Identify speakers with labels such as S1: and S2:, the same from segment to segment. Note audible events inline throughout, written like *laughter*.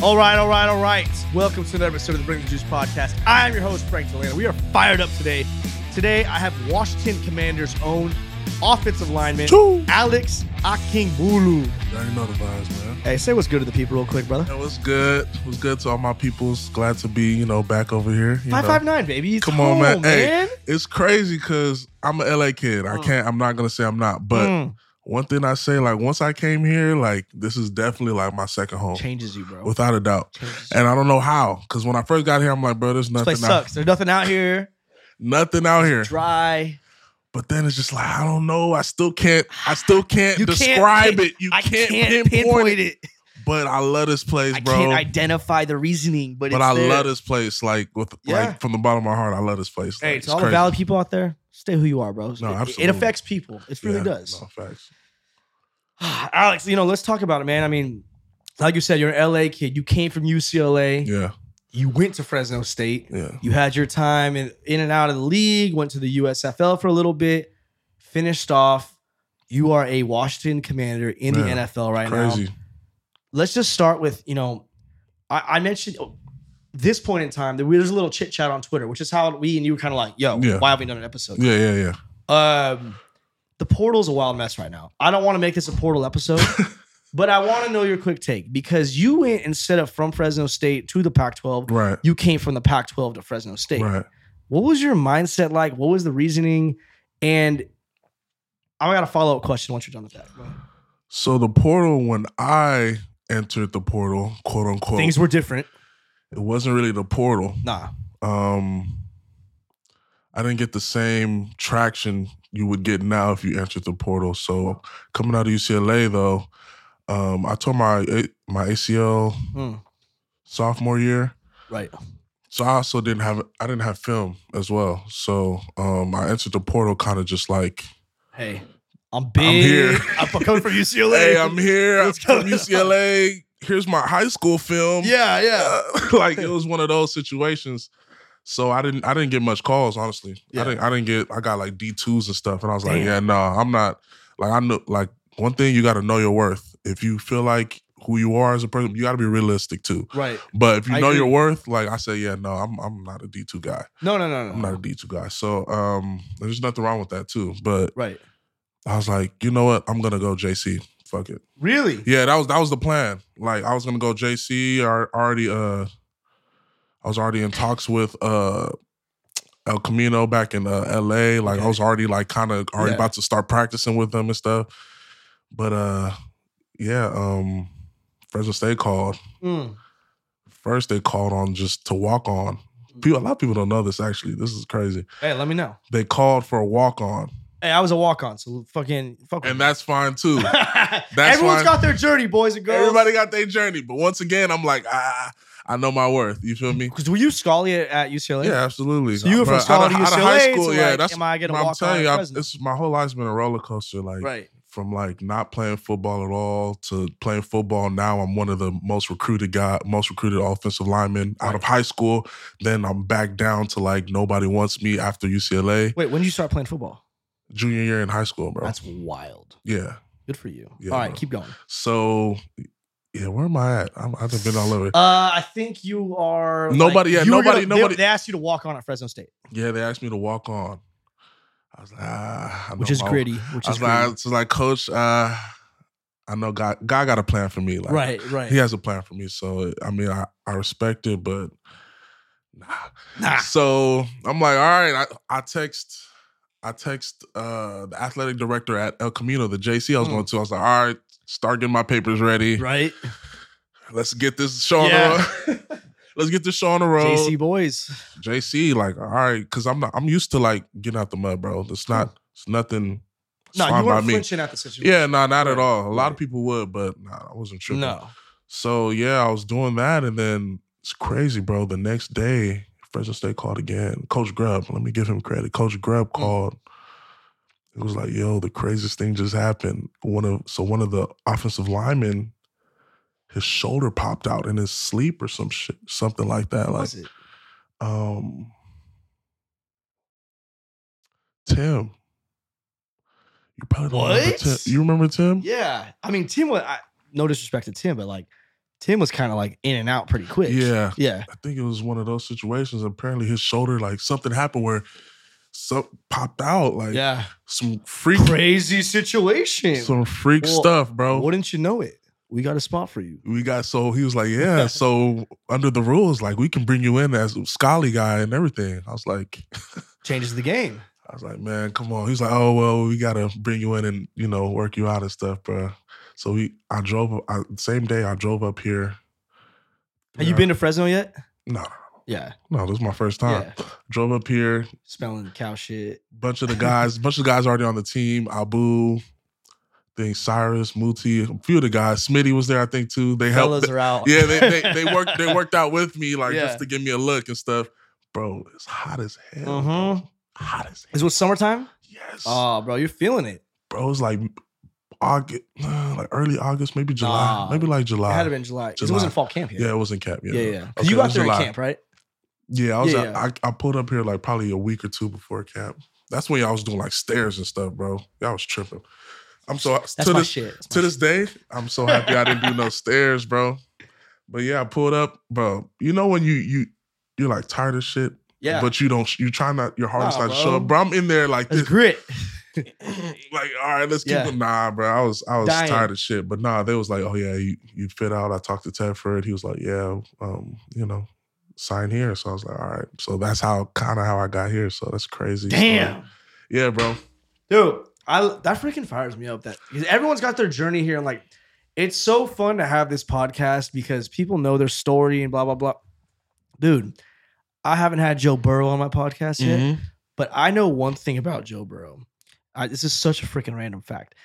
S1: All right, all right, all right. Welcome to another episode of the Bring the Juice podcast. I am your host, Frank Delano. We are fired up today. Today, I have Washington Commanders' own offensive lineman,
S2: Choo.
S1: Alex Akingbulu.
S2: Y'all know the vibes, man.
S1: Hey, say what's good to the people, real quick, brother.
S2: It was good. It was good to all my peoples. Glad to be, you know, back over here. you know.
S1: 559, baby. It's
S2: Come on, man.
S1: home,
S2: Hey, it's crazy because I'm an LA kid. I can't. I'm not gonna say I'm not, but
S1: Mm.
S2: one thing I say, like, once I came here, like, this is definitely like my second home,
S1: Changes you, bro.
S2: without a doubt.
S1: Changes you.
S2: Oh. And I don't know how, because when I first got here, I'm like, bro, there's
S1: This
S2: nothing,
S1: place
S2: out,
S1: sucks. There's nothing out here.
S2: nothing out here.
S1: Dry.
S2: But then it's just like, I don't know. I still can't. I still can't
S1: You can't
S2: describe
S1: pin-
S2: it. You
S1: I
S2: can't, pinpoint, it.
S1: it.
S2: But I love this place,
S1: I
S2: bro.
S1: can't identify the reasoning, but,
S2: But
S1: it's
S2: I
S1: there.
S2: love this place, like with
S1: Yeah.
S2: like from the bottom of my heart, I love this place.
S1: Hey,
S2: Like,
S1: to all the valid people out there, stay who you are, bro. It- it,
S2: absolutely.
S1: affects people. It really
S2: Yeah,
S1: does.
S2: no, facts.
S1: *sighs* Alex, you know, let's talk about it, man. I mean, like you said, you're an LA kid. You came from UCLA.
S2: Yeah,
S1: You went to Fresno State.
S2: yeah.
S1: You had your time in, in and out of the league, went to the USFL for a little bit, finished off. You are a Washington commander in
S2: Man,
S1: the NFL right now.
S2: Crazy.
S1: let's just start with you know i, I mentioned this point in time there was a little chit chat on twitter which is how we and you were kind of like yo
S2: Yeah.
S1: why haven't we done an episode
S2: Yeah, yeah, yeah.
S1: um the portal's a wild mess right now i don't want to make this a portal
S2: *laughs*
S1: episode but i want to know your quick take because you went instead of from fresno state to the pac 12
S2: Right.
S1: you came from the pac 12 to fresno state
S2: Right.
S1: what was your mindset like what was the reasoning and i got a follow-up question once you're done with that
S2: So the portal when I entered the portal, quote unquote,
S1: things were different
S2: it wasn't really the portal.
S1: nah
S2: Um I didn't get the same traction you would get now if you entered the portal. So coming out of UCLA though, um, I tore my my ACL
S1: Mm,
S2: sophomore year.
S1: right
S2: So I also didn't have I didn't have film as well. So um I entered the portal kind of just like,
S1: Hey, I'm big.
S2: here.
S1: *laughs* I'm coming
S2: *laughs*
S1: from UCLA.
S2: hey, I'm
S1: *laughs*
S2: here. I'm
S1: Let's go.
S2: from UCLA. Here's my high school film.
S1: Yeah, yeah.
S2: Uh, *laughs* like it was one of those situations. So I didn't I didn't get much calls honestly.
S1: Yeah.
S2: I didn't I didn't get I got like D twos and stuff, and I was like,
S1: Damn.
S2: yeah, no, I'm not. Like I know like one thing you got to know your worth. If you feel like who you are as a person, you got to be realistic too.
S1: Right.
S2: But if you
S1: I
S2: know
S1: agree.
S2: your worth, like I say, yeah, no, I'm I'm not a D two guy.
S1: No, no, no, no.
S2: I'm not a D2 guy. So um there's nothing wrong with that too. But
S1: Right.
S2: I was like, you know what? I'm gonna go JC. Fuck it.
S1: Really?
S2: Yeah, that was that was the plan. Like I was gonna go JC or already uh I was already in talks with uh El Camino back in uh, LA. Like
S1: Okay.
S2: I was already like kind of already
S1: Yeah.
S2: about to start practicing with them and stuff. But uh yeah, um Fresno State called
S1: Mm.
S2: first they called on just to walk on. People, a lot of people don't know this actually. This is crazy.
S1: Hey, let me know.
S2: They called for a walk on,
S1: Hey, I was a walk on, so fucking fuck.
S2: and
S1: with
S2: that's fine too.
S1: me. *laughs*
S2: that's
S1: Everyone's
S2: why-
S1: got their journey, boys and girls.
S2: Everybody got their journey, but once again, I'm like, ah, I know my worth. You feel me?
S1: Because were you Scully at, at UCLA?
S2: Yeah, absolutely.
S1: So you were from
S2: Bruh,
S1: Scully to
S2: out of-
S1: UCLA.
S2: out of high school,
S1: so
S2: yeah.
S1: like,
S2: that's
S1: am I gonna
S2: I'm
S1: walk on?
S2: telling you,
S1: at
S2: I,
S1: Fresno?
S2: it's my whole life's been a roller coaster. Like
S1: right.
S2: from like not playing football at all to playing football now i'm one of the most recruited guy most recruited offensive linemen out of high school then i'm back down to like nobody wants me after ucla
S1: Wait, when did you start playing football?
S2: junior year in high school bro
S1: That's wild.
S2: yeah
S1: Good for you.
S2: Yeah,
S1: all right,
S2: bro.
S1: keep
S2: *laughs*
S1: going.
S2: so yeah where am i at I'm, i've been all over
S1: Uh, I think you are.
S2: Nobody-
S1: Like,
S2: yeah,
S1: you were
S2: nobody-
S1: gonna-
S2: nobody-
S1: They, they asked you to walk on at Fresno State,
S2: yeah they asked me to walk on i was like ah, I
S1: which
S2: know
S1: is
S2: my-
S1: gritty. Which
S2: i
S1: is
S2: was
S1: gritty.
S2: like, I was like coach uh i know god god got a plan for me like
S1: right, right.
S2: he has a plan for me so i mean i, I respect it but nah
S1: Nah.
S2: So I'm like, all right, I, I text I text uh the athletic director at El Camino, the JC I was
S1: Mm.
S2: going to. I was like, all right, start getting my papers ready. *laughs*
S1: Right?
S2: Let's get this show on
S1: Yeah.
S2: the
S1: *laughs*
S2: road. *laughs* Let's get this show on the road.
S1: JC
S2: JC,
S1: boys.
S2: like, all right, because I'm not, I'm used to like getting out the mud, bro.
S1: Hmm.
S2: It's not it's nothing. It's
S1: No,
S2: fine
S1: you
S2: by
S1: weren't
S2: me.
S1: flinching at the situation.
S2: Yeah, no, not
S1: Right,
S2: at all. A lot
S1: right.
S2: of people would, but nah, I wasn't tripping.
S1: No.
S2: So yeah, I was doing that, and then it's crazy, bro. The next day, Fresno State called again. Coach Grubb, let me give him credit. Coach
S1: Mm.
S2: Grubb called. It was like, yo, the craziest thing just happened. One of so one of the offensive linemen, his shoulder popped out in his sleep or some shit, something like that. Like,
S1: Was it?
S2: um, Tim. You probably don't remember
S1: What?
S2: Tim. You remember Tim?
S1: Yeah. I mean, Tim was, I, no disrespect to Tim, but like, Tim was kind of like in and out pretty quick.
S2: Yeah.
S1: Yeah.
S2: I think it was one of those situations. Apparently, his shoulder, like something happened where so popped out, like
S1: Yeah.
S2: some freak,
S1: Crazy situation.
S2: some freak
S1: Well,
S2: stuff, bro.
S1: Wouldn't you know it? We got a spot for you.
S2: we got so he was like, yeah. so under the rules, like we can bring you in as Scully guy and everything. I was like, *laughs*
S1: Changes the game.
S2: I was like, man, come on. He's like, oh well, we gotta bring you in and you know work you out and stuff, bro. So we, I drove. I, same day, I drove up here.
S1: Have you been to Fresno yet?
S2: No,
S1: Yeah.
S2: no, this is my first time. Drove up here.
S1: Smelling cow shit.
S2: bunch of the guys, bunch of the guys already on the team. Abu, think Cyrus, Muti, a few of the guys. Smitty was there, I think too. They helped.
S1: Fellas are out.
S2: yeah, they, they they worked they worked out with me like
S1: Yeah.
S2: just to give me a look and stuff. Bro, it's hot as hell.
S1: Mhm.
S2: bro. Hot as hell.
S1: *laughs* Is it summertime?
S2: Yes,
S1: Oh, bro, you're feeling it.
S2: bro. It's like August, *sighs* like early August, maybe July,
S1: Nah.
S2: maybe like
S1: It
S2: July.
S1: had to been July. 'cause It
S2: July.
S1: wasn't fall camp yet.
S2: yeah, it was in camp. Yeah,
S1: Yeah, yeah. 'Cause
S2: Okay,
S1: you
S2: it
S1: got
S2: was
S1: there
S2: July.
S1: in camp, right?
S2: Yeah, I was
S1: Yeah,
S2: at,
S1: yeah.
S2: I, I pulled up here like probably a week or two before camp. That's when y'all was doing like stairs and stuff, bro. Y'all was tripping. I'm so
S1: That's
S2: to
S1: my
S2: this
S1: shit. That's my
S2: to
S1: shit.
S2: this day, I'm so happy I didn't do no stairs, bro. But yeah, I pulled up, bro. You know when you you you're like tired of shit,
S1: Yeah.
S2: But you don't. You try not. Your hardest
S1: Nah,
S2: not to
S1: bro.
S2: show up, bro. I'm in there like
S1: That's
S2: this,
S1: grit.
S2: *laughs* like all right, let's keep
S1: Yeah.
S2: it. Nah, bro. I was I was
S1: Dying.
S2: tired of shit, but nah, they was like, oh yeah, you you fit out. I talked to Tedford. He was like, yeah, um, you know, sign here. So I was like, all right. So that's how kind of how I got here. So that's crazy.
S1: Damn.
S2: Yeah, bro.
S1: Dude, I that freaking fires me up. That because everyone's got their journey here, and like, it's so fun to have this podcast because people know their story and blah blah blah. Dude, I haven't had Joe Burrow on my podcast
S2: Mm-hmm.
S1: yet, but I know one thing about Joe Burrow. I, this is such a freaking random fact.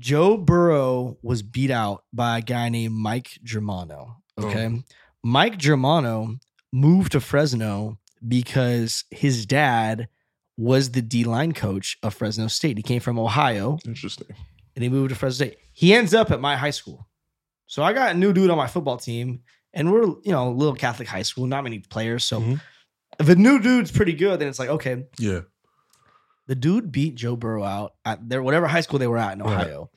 S1: Joe Burrow was beat out by a guy named Mike Germano. Okay, Mike Germano moved to Fresno because his dad was the D line coach of Fresno State. He came from Ohio
S2: Interesting.
S1: and he moved to Fresno State. He ends up at my high school. So I got a new dude on my football team, and we're, you know, a little Catholic high school, not many players. So
S2: Mhm.
S1: if a new dude's pretty good, then it's like, okay,
S2: Yeah.
S1: the dude beat Joe Burrow out at their whatever high school they were at in
S2: Right.
S1: Ohio.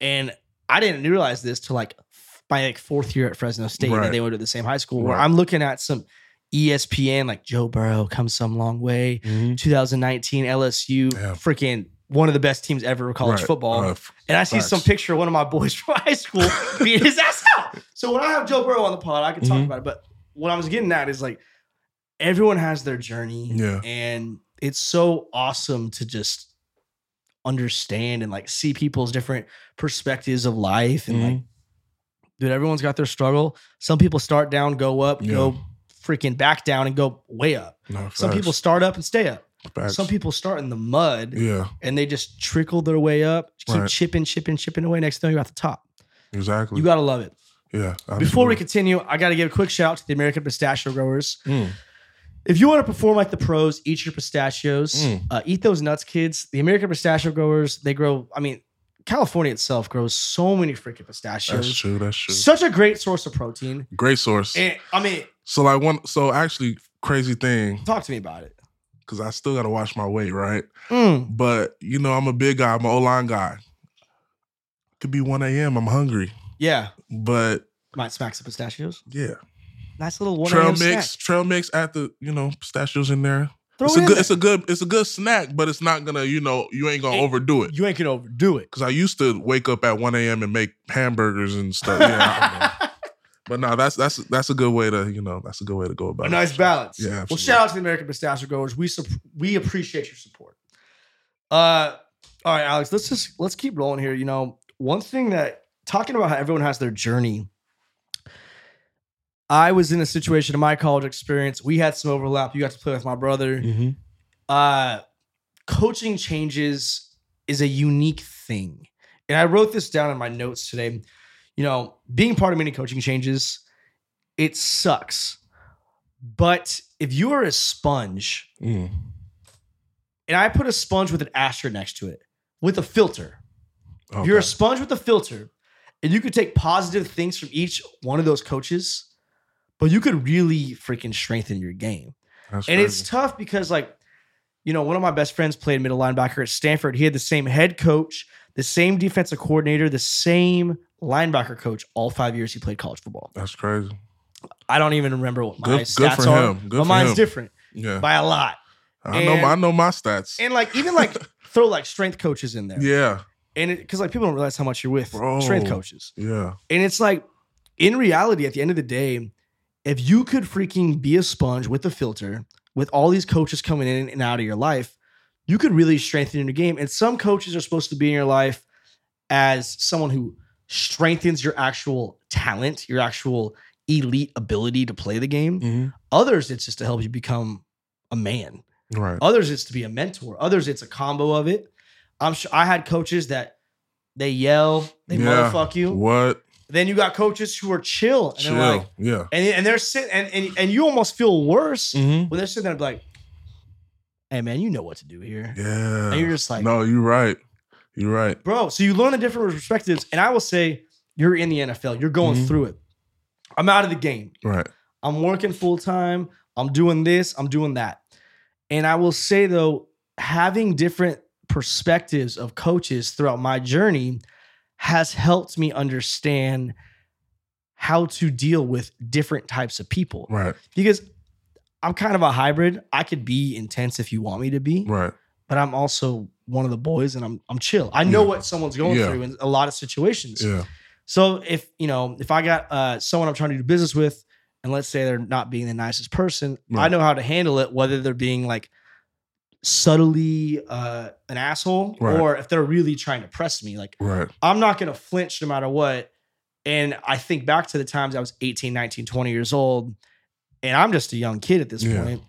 S1: And I didn't realize this till like f- my like fourth year at Fresno State
S2: Right.
S1: that they went to the same high school where
S2: Right.
S1: I'm looking at some E ESPN like Joe Burrow comes some long way. 2019 LSU,
S2: Yeah.
S1: freaking one of the best teams ever of college
S2: Right.
S1: football.
S2: Uh, f-
S1: and I see some
S2: facts.
S1: picture of one of my boys *laughs* from high school
S2: *laughs*
S1: beating his ass out. So when I have Joe Burrow on the pod, I can talk
S2: Mhm.
S1: about it. But what I was getting at is like everyone has their journey.
S2: Yeah.
S1: And it's so awesome to just understand and like see people's different perspectives of life and like
S2: mhm.
S1: dude, everyone's got their struggle. Some people start down, go up,
S2: Yeah.
S1: go freaking back down and go way up.
S2: No,
S1: Some people
S2: facts.
S1: start up and stay up.
S2: Mm-hmm. Facts.
S1: Some people start in the mud
S2: Yeah.
S1: and they just trickle their way up, keep
S2: Right.
S1: chipping, chipping, chipping away. Next thing you're at the top.
S2: Exactly.
S1: You gotta love it.
S2: yeah.
S1: Before we
S2: absolutely.
S1: continue, I gotta give a quick shout out to the American Pistachio Growers.
S2: Mm.
S1: If you want to perform like the pros, eat your pistachios,
S2: Mm.
S1: uh, eat those nuts, kids. The American Pistachio Growers, they grow. I mean, California itself grows so many freaking
S2: That's
S1: pistachios.
S2: true. That's true.
S1: Such a great source of protein.
S2: Great source.
S1: And I mean,
S2: so like one. So actually, crazy thing
S1: talk to me about it.
S2: because I still got to watch my weight, right?
S1: Mm.
S2: But you know, I'm a big guy. I'm an O line guy. Could be 1 a.m. I'm hungry,
S1: Yeah,
S2: but
S1: might smack some pistachios.
S2: yeah,
S1: Nice little one
S2: trail
S1: trail
S2: mix, trail mix at the you know pistachios in there.
S1: Throw
S2: it's
S1: it
S2: a
S1: in
S2: good,
S1: there.
S2: it's a good, it's a good snack, but it's not gonna you know you ain't gonna
S1: Ain't-
S2: overdo it.
S1: you ain't gonna overdo it.
S2: Cause I used to wake up at 1 a.m. and make hamburgers and stuff. Yeah, I
S1: *laughs*
S2: know. but no, that's that's that's a good way to you know that's a good way to go about
S1: a
S2: it.
S1: nice balance.
S2: Yeah,
S1: Well,
S2: absolutely.
S1: shout out to the American Pistachio Growers. We sup- we appreciate your support. Uh, all right, Alex. Let's just let's keep rolling here. You know, one thing that talking about how everyone has their journey. I was in a situation in my college experience. We had some overlap. You got to play with my brother. Uh, coaching changes is a unique thing, and I wrote this down in my notes today. You know, being part of many coaching changes, it sucks. But if you are a sponge,
S2: Mm.
S1: and I put a sponge with an asterisk next to it, with a filter. If
S2: Okay.
S1: you're a sponge with a filter, and you could take positive things from each one of those coaches, but you could really freaking strengthen your game.
S2: That's
S1: And it's
S2: crazy.
S1: tough because, like, you know, one of my best friends played middle linebacker at Stanford. He had the same head coach, the same defensive coordinator, the same linebacker coach all five years he played college football.
S2: That's crazy.
S1: I don't even remember what my
S2: Good-
S1: stats
S2: good for
S1: are.
S2: him. Good
S1: but
S2: for
S1: mine's
S2: him.
S1: different
S2: Yeah,
S1: by a lot.
S2: I know.
S1: and-
S2: I know my stats.
S1: And like even
S2: *laughs*
S1: like throw like strength coaches in there.
S2: yeah,
S1: And because like people don't realize how much you're with
S2: Bro.
S1: strength coaches.
S2: yeah,
S1: And it's like in reality, at the end of the day, if you could freaking be a sponge with a filter, with all these coaches coming in and out of your life, you could really strengthen your game. And some coaches are supposed to be in your life as someone who strengthens your actual talent, your actual elite ability to play the
S2: Mm.
S1: game. Others, it's just to help you become a man.
S2: right.
S1: Others, it's to be a mentor. Others, it's a combo of it. I'm sure I had coaches that they yell, they
S2: Yeah.
S1: motherfuck Oh, you.
S2: What?
S1: Then you got coaches who are chill and
S2: Chill.
S1: they're like,
S2: yeah.
S1: and, and they're sitting and, and and you almost feel worse
S2: Mm-hmm.
S1: when they're sitting there and be like, hey man, you know what to do here.
S2: Yeah.
S1: And you're just like,
S2: no, you're right. You're right.
S1: bro. So you learn the different perspectives. And I will say, you're in the NFL, you're going
S2: Mhm.
S1: through it. I'm out of the game.
S2: Right.
S1: I'm working full time. I'm doing this. I'm doing that. And I will say though, having different perspectives of coaches throughout my journey has helped me understand how to deal with different types of people
S2: Right.
S1: because I'm kind of a hybrid. I could be intense if you want me to be,
S2: Right.
S1: but I'm also one of the boys and I'm I'm chill. I know
S2: Yeah.
S1: what someone's going
S2: Yeah.
S1: through in a lot of situations.
S2: Yeah.
S1: So if you know if I got uh, someone I'm trying to do business with, and let's say they're not being the nicest person, I
S2: Right.
S1: know how to handle it. Whether they're being like subtly uh, an asshole,
S2: Right.
S1: or if they're really trying to press me, like
S2: Right.
S1: I'm not going to flinch no matter what. And I think back to the times I was 18, 19, 20 years old, and I'm just a young kid at this
S2: Yeah.
S1: point,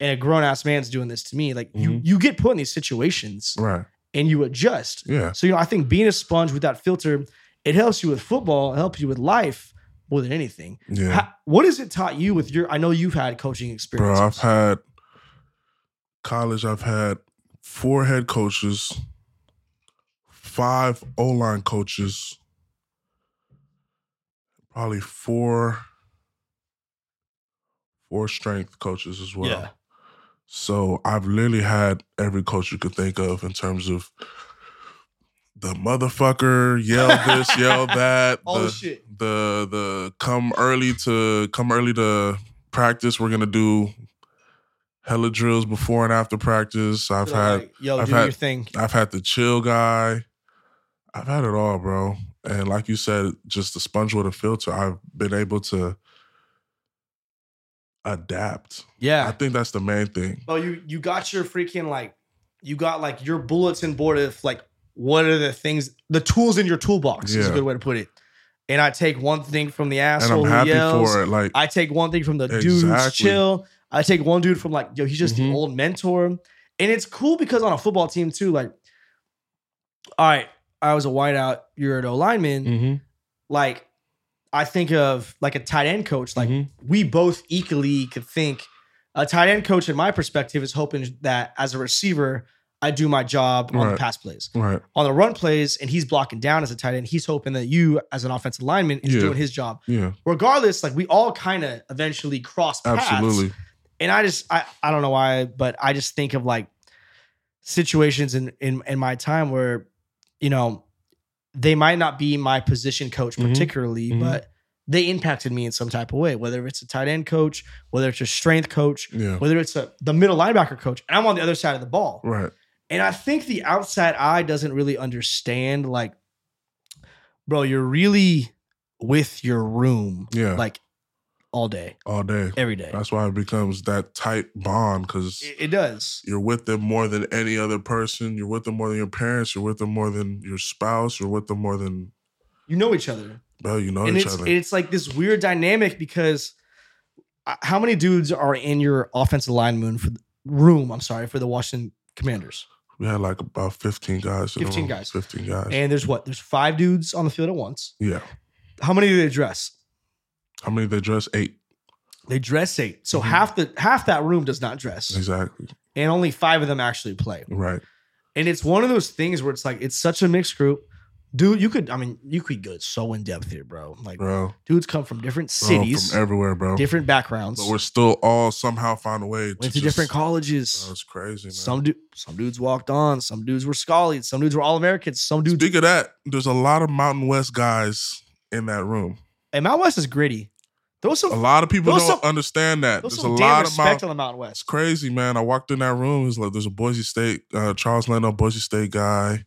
S1: and a grown ass man's doing this to me. Like you,
S2: Mhm.
S1: you get put in these situations
S2: Right.
S1: and you adjust.
S2: Yeah.
S1: So you know, I think being a sponge with that filter, it helps you with football, it helps you with life more than anything.
S2: Yeah.
S1: How, what has it taught you with your? I know you've had coaching
S2: Bro,
S1: experience.
S2: I've had college, I've had four head coaches, five O line coaches, probably four four strength coaches as well.
S1: Yeah.
S2: So I've literally had every coach you could think of in terms of the motherfucker, yell
S1: *laughs*
S2: this, yell that.
S1: All
S2: the-
S1: the Oh, shit.
S2: the the come early to come early to practice. We're gonna do hella drills before and after practice. I've
S1: They're
S2: had
S1: like, yo,
S2: I've
S1: do
S2: had-
S1: your thing.
S2: I've had the chill guy. I've had it all, bro. And like you said, just the sponge with a filter. I've been able to adapt. I
S1: Yeah.
S2: think that's the main thing.
S1: Well, you you got your freaking like, you got like your bulletin board of like what are the things, the tools in your toolbox is a
S2: Yeah.
S1: good way to put it. And I take one thing from the
S2: And
S1: asshole
S2: I'm
S1: who
S2: happy
S1: yells.
S2: for it. Like
S1: I take one thing from the dude who's
S2: Exactly.
S1: chill. I take one dude from like, yo, he's just
S2: Mhm.
S1: the old mentor. And it's cool because on a football team too, like, all right, I was a wideout, you're an O lineman.
S2: Mm.
S1: Like, I think of like a tight end coach. Like, we both equally could think a tight end coach, in my perspective, is hoping that as a receiver, I do my job on the
S2: Right.
S1: pass plays.
S2: right,
S1: On the run plays, and he's blocking down as a tight end, he's hoping that you, as an offensive lineman, is
S2: Yeah.
S1: doing his job
S2: yeah,
S1: regardless, like we all kind of eventually cross paths.
S2: absolutely.
S1: And I just I, I don't know why, but I just think of like situations in in in my time where, you know, they might not be my position coach
S2: Mhm.
S1: particularly,
S2: Mhm.
S1: but they impacted me in some type of way, whether it's a tight end coach, whether it's a strength coach,
S2: Yeah,
S1: whether it's a the middle linebacker coach, and I'm on the other side of the ball.
S2: right,
S1: And I think the outside eye doesn't really understand, like, bro, you're really with your room
S2: yeah,
S1: like all day,
S2: all day.
S1: every day.
S2: That's why it becomes that tight bond because
S1: It, it does.
S2: you're with them more than any other person. You're with them more than your parents. You're with them more than your spouse. You're with them more than,
S1: You know each other,
S2: bro, you know
S1: and
S2: each
S1: it's
S2: other.
S1: it's like this weird dynamic because uh, how many dudes are in your offensive line moon for the, room? I'm sorry for the Washington Commanders,
S2: we had like about 15 guys. in the
S1: 15
S2: room.
S1: guys.
S2: 15 guys.
S1: and there's what there's five dudes on the field at once.
S2: yeah.
S1: How many do they dress?
S2: How many they dress? Eight.
S1: They dress eight, so
S2: Mhm.
S1: half the half that room does not dress,
S2: Exactly. Mm.
S1: and only five of them actually play.
S2: Right.
S1: And it's one of those things where it's like it's such a mixed group, dude, you could. I mean, you could go so in depth here, bro. Like,
S2: bro.
S1: dudes come from different cities,
S2: Bro, from everywhere, bro.
S1: different backgrounds,
S2: But we're still all somehow find a way
S1: went to
S2: just-
S1: different
S2: Bro,
S1: colleges.
S2: it's crazy, man.
S1: some du- some dudes walked on. Some dudes were schollies. Some dudes were all Americans. Some dudes.
S2: Speak of that, there's a lot of Mountain West guys in that room.
S1: and Mount West is gritty. There was some.
S2: A lot of people
S1: Those
S2: don't
S1: some-
S2: understand that.
S1: there was
S2: There's a
S1: some damn
S2: lot of
S1: respect
S2: Mount.
S1: on the Mountain West.
S2: It's crazy, man. I walked in that room. It's like there's a Boise State, uh, Charles Leno, Boise State guy.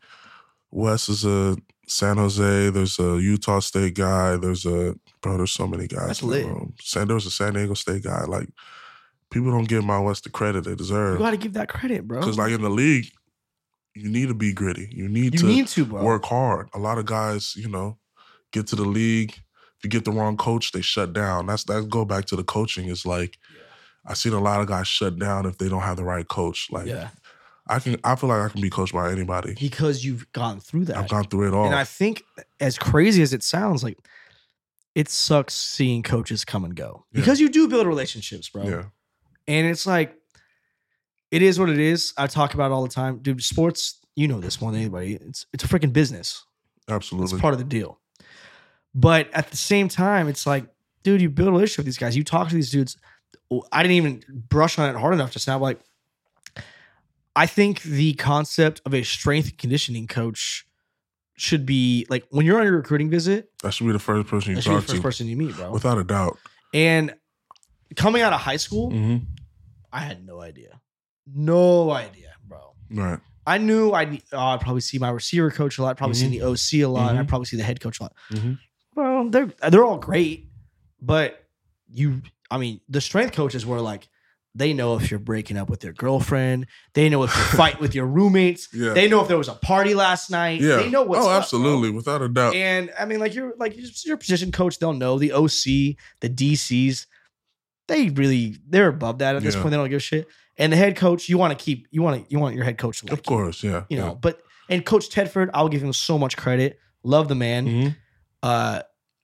S2: Wes is a San Jose. There's a Utah State guy. There's a bro. There's so many guys
S1: That's
S2: in the
S1: lit.
S2: room. San, there was a San Diego State guy. Like people don't give Mount West the credit they
S1: You
S2: deserve.
S1: got to give that credit, bro.
S2: Because like in the league, you need to be gritty. You need
S1: you
S2: to
S1: need to, bro.
S2: work hard. A lot of guys, you know, get to the league. If you get the wrong coach, they shut down. That's that's go back to the coaching. It's like I seen a lot of guys shut down if they don't have the right coach. Like
S1: Yeah,
S2: I can, I feel like I can be coached by anybody.
S1: because you've gone through that.
S2: I've gone through it all.
S1: And I think, as crazy as it sounds, like it sucks seeing coaches come and go
S2: Yeah.
S1: because you do build relationships, bro.
S2: yeah,
S1: And it's like, it is what it is. I talk about it all the time, dude. Sports, you know this more than anybody. It's it's a freaking business. It's
S2: absolutely.
S1: part of the deal. But at the same time, it's like, dude, you build a relationship with these guys. You talk to these dudes. I didn't even brush on it hard enough just now. but, Like, I think the concept of a strength and conditioning coach should be like when you're on your recruiting visit,
S2: That should be the first person you
S1: that should be the
S2: talk
S1: first
S2: to,
S1: person you meet, bro.
S2: without a doubt.
S1: and coming out of high school,
S2: Mm-hmm.
S1: I had no idea. No idea, bro.
S2: Right.
S1: I knew I'd, oh, I'd probably see my receiver coach a lot, probably
S2: Mm-hmm.
S1: see the OC a lot, and I'd probably see the head coach a lot.
S2: Mhm.
S1: Well, they're they're all great, but you, I mean, the strength coaches were like, they know if you're breaking up with your girlfriend, they know if you fight with your roommates,
S2: Yeah.
S1: they know if there was a party last night,
S2: yeah.
S1: they know what's
S2: oh,
S1: up, bro.
S2: absolutely, without a doubt.
S1: And I mean, like you're like your position coach, they'll know the OC, the DCs, they really they're above that at this
S2: Yeah.
S1: point. They don't give a shit. And the head coach, you want to keep, you want to, you want your head coach to like
S2: of course, yeah.
S1: you know. But and Coach Tedford, I'll give him so much credit. Love the man.
S2: yeah. Mhm.
S1: Uh,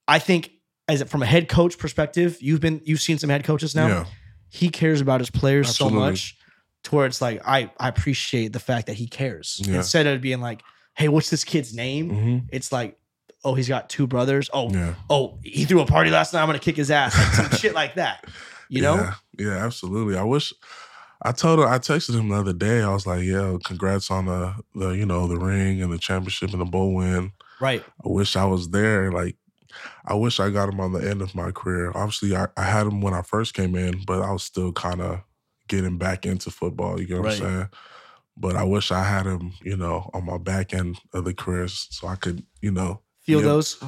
S1: I think as from a head coach perspective, you've been you've seen some head coaches now.
S2: yeah,
S1: He cares about his players
S2: Absolutely.
S1: so much, to where it's like I I appreciate the fact that he cares
S2: Yeah.
S1: instead of being like, hey, what's this kid's name?
S2: Mhm.
S1: It's like. Oh, he's got two brothers. Oh,
S2: yeah.
S1: oh, he threw a party last night. I'm gonna kick his ass. Like some shit like that. You know?
S2: *laughs* Yeah, yeah, absolutely. I wish I told her I texted him the other day. I was like, "Yo, congrats on the the you know the ring and the championship and the bowl win.
S1: Right.
S2: I wish I was there. Like, I wish I got him on the end of my career. Obviously, I, I had him when I first came in, but I was still kind of getting back into football. You know what
S1: Right.
S2: I'm saying? But I wish I had him, you know, on my back end of the career, so I could, you know,
S1: Feel
S2: Yeah.
S1: those.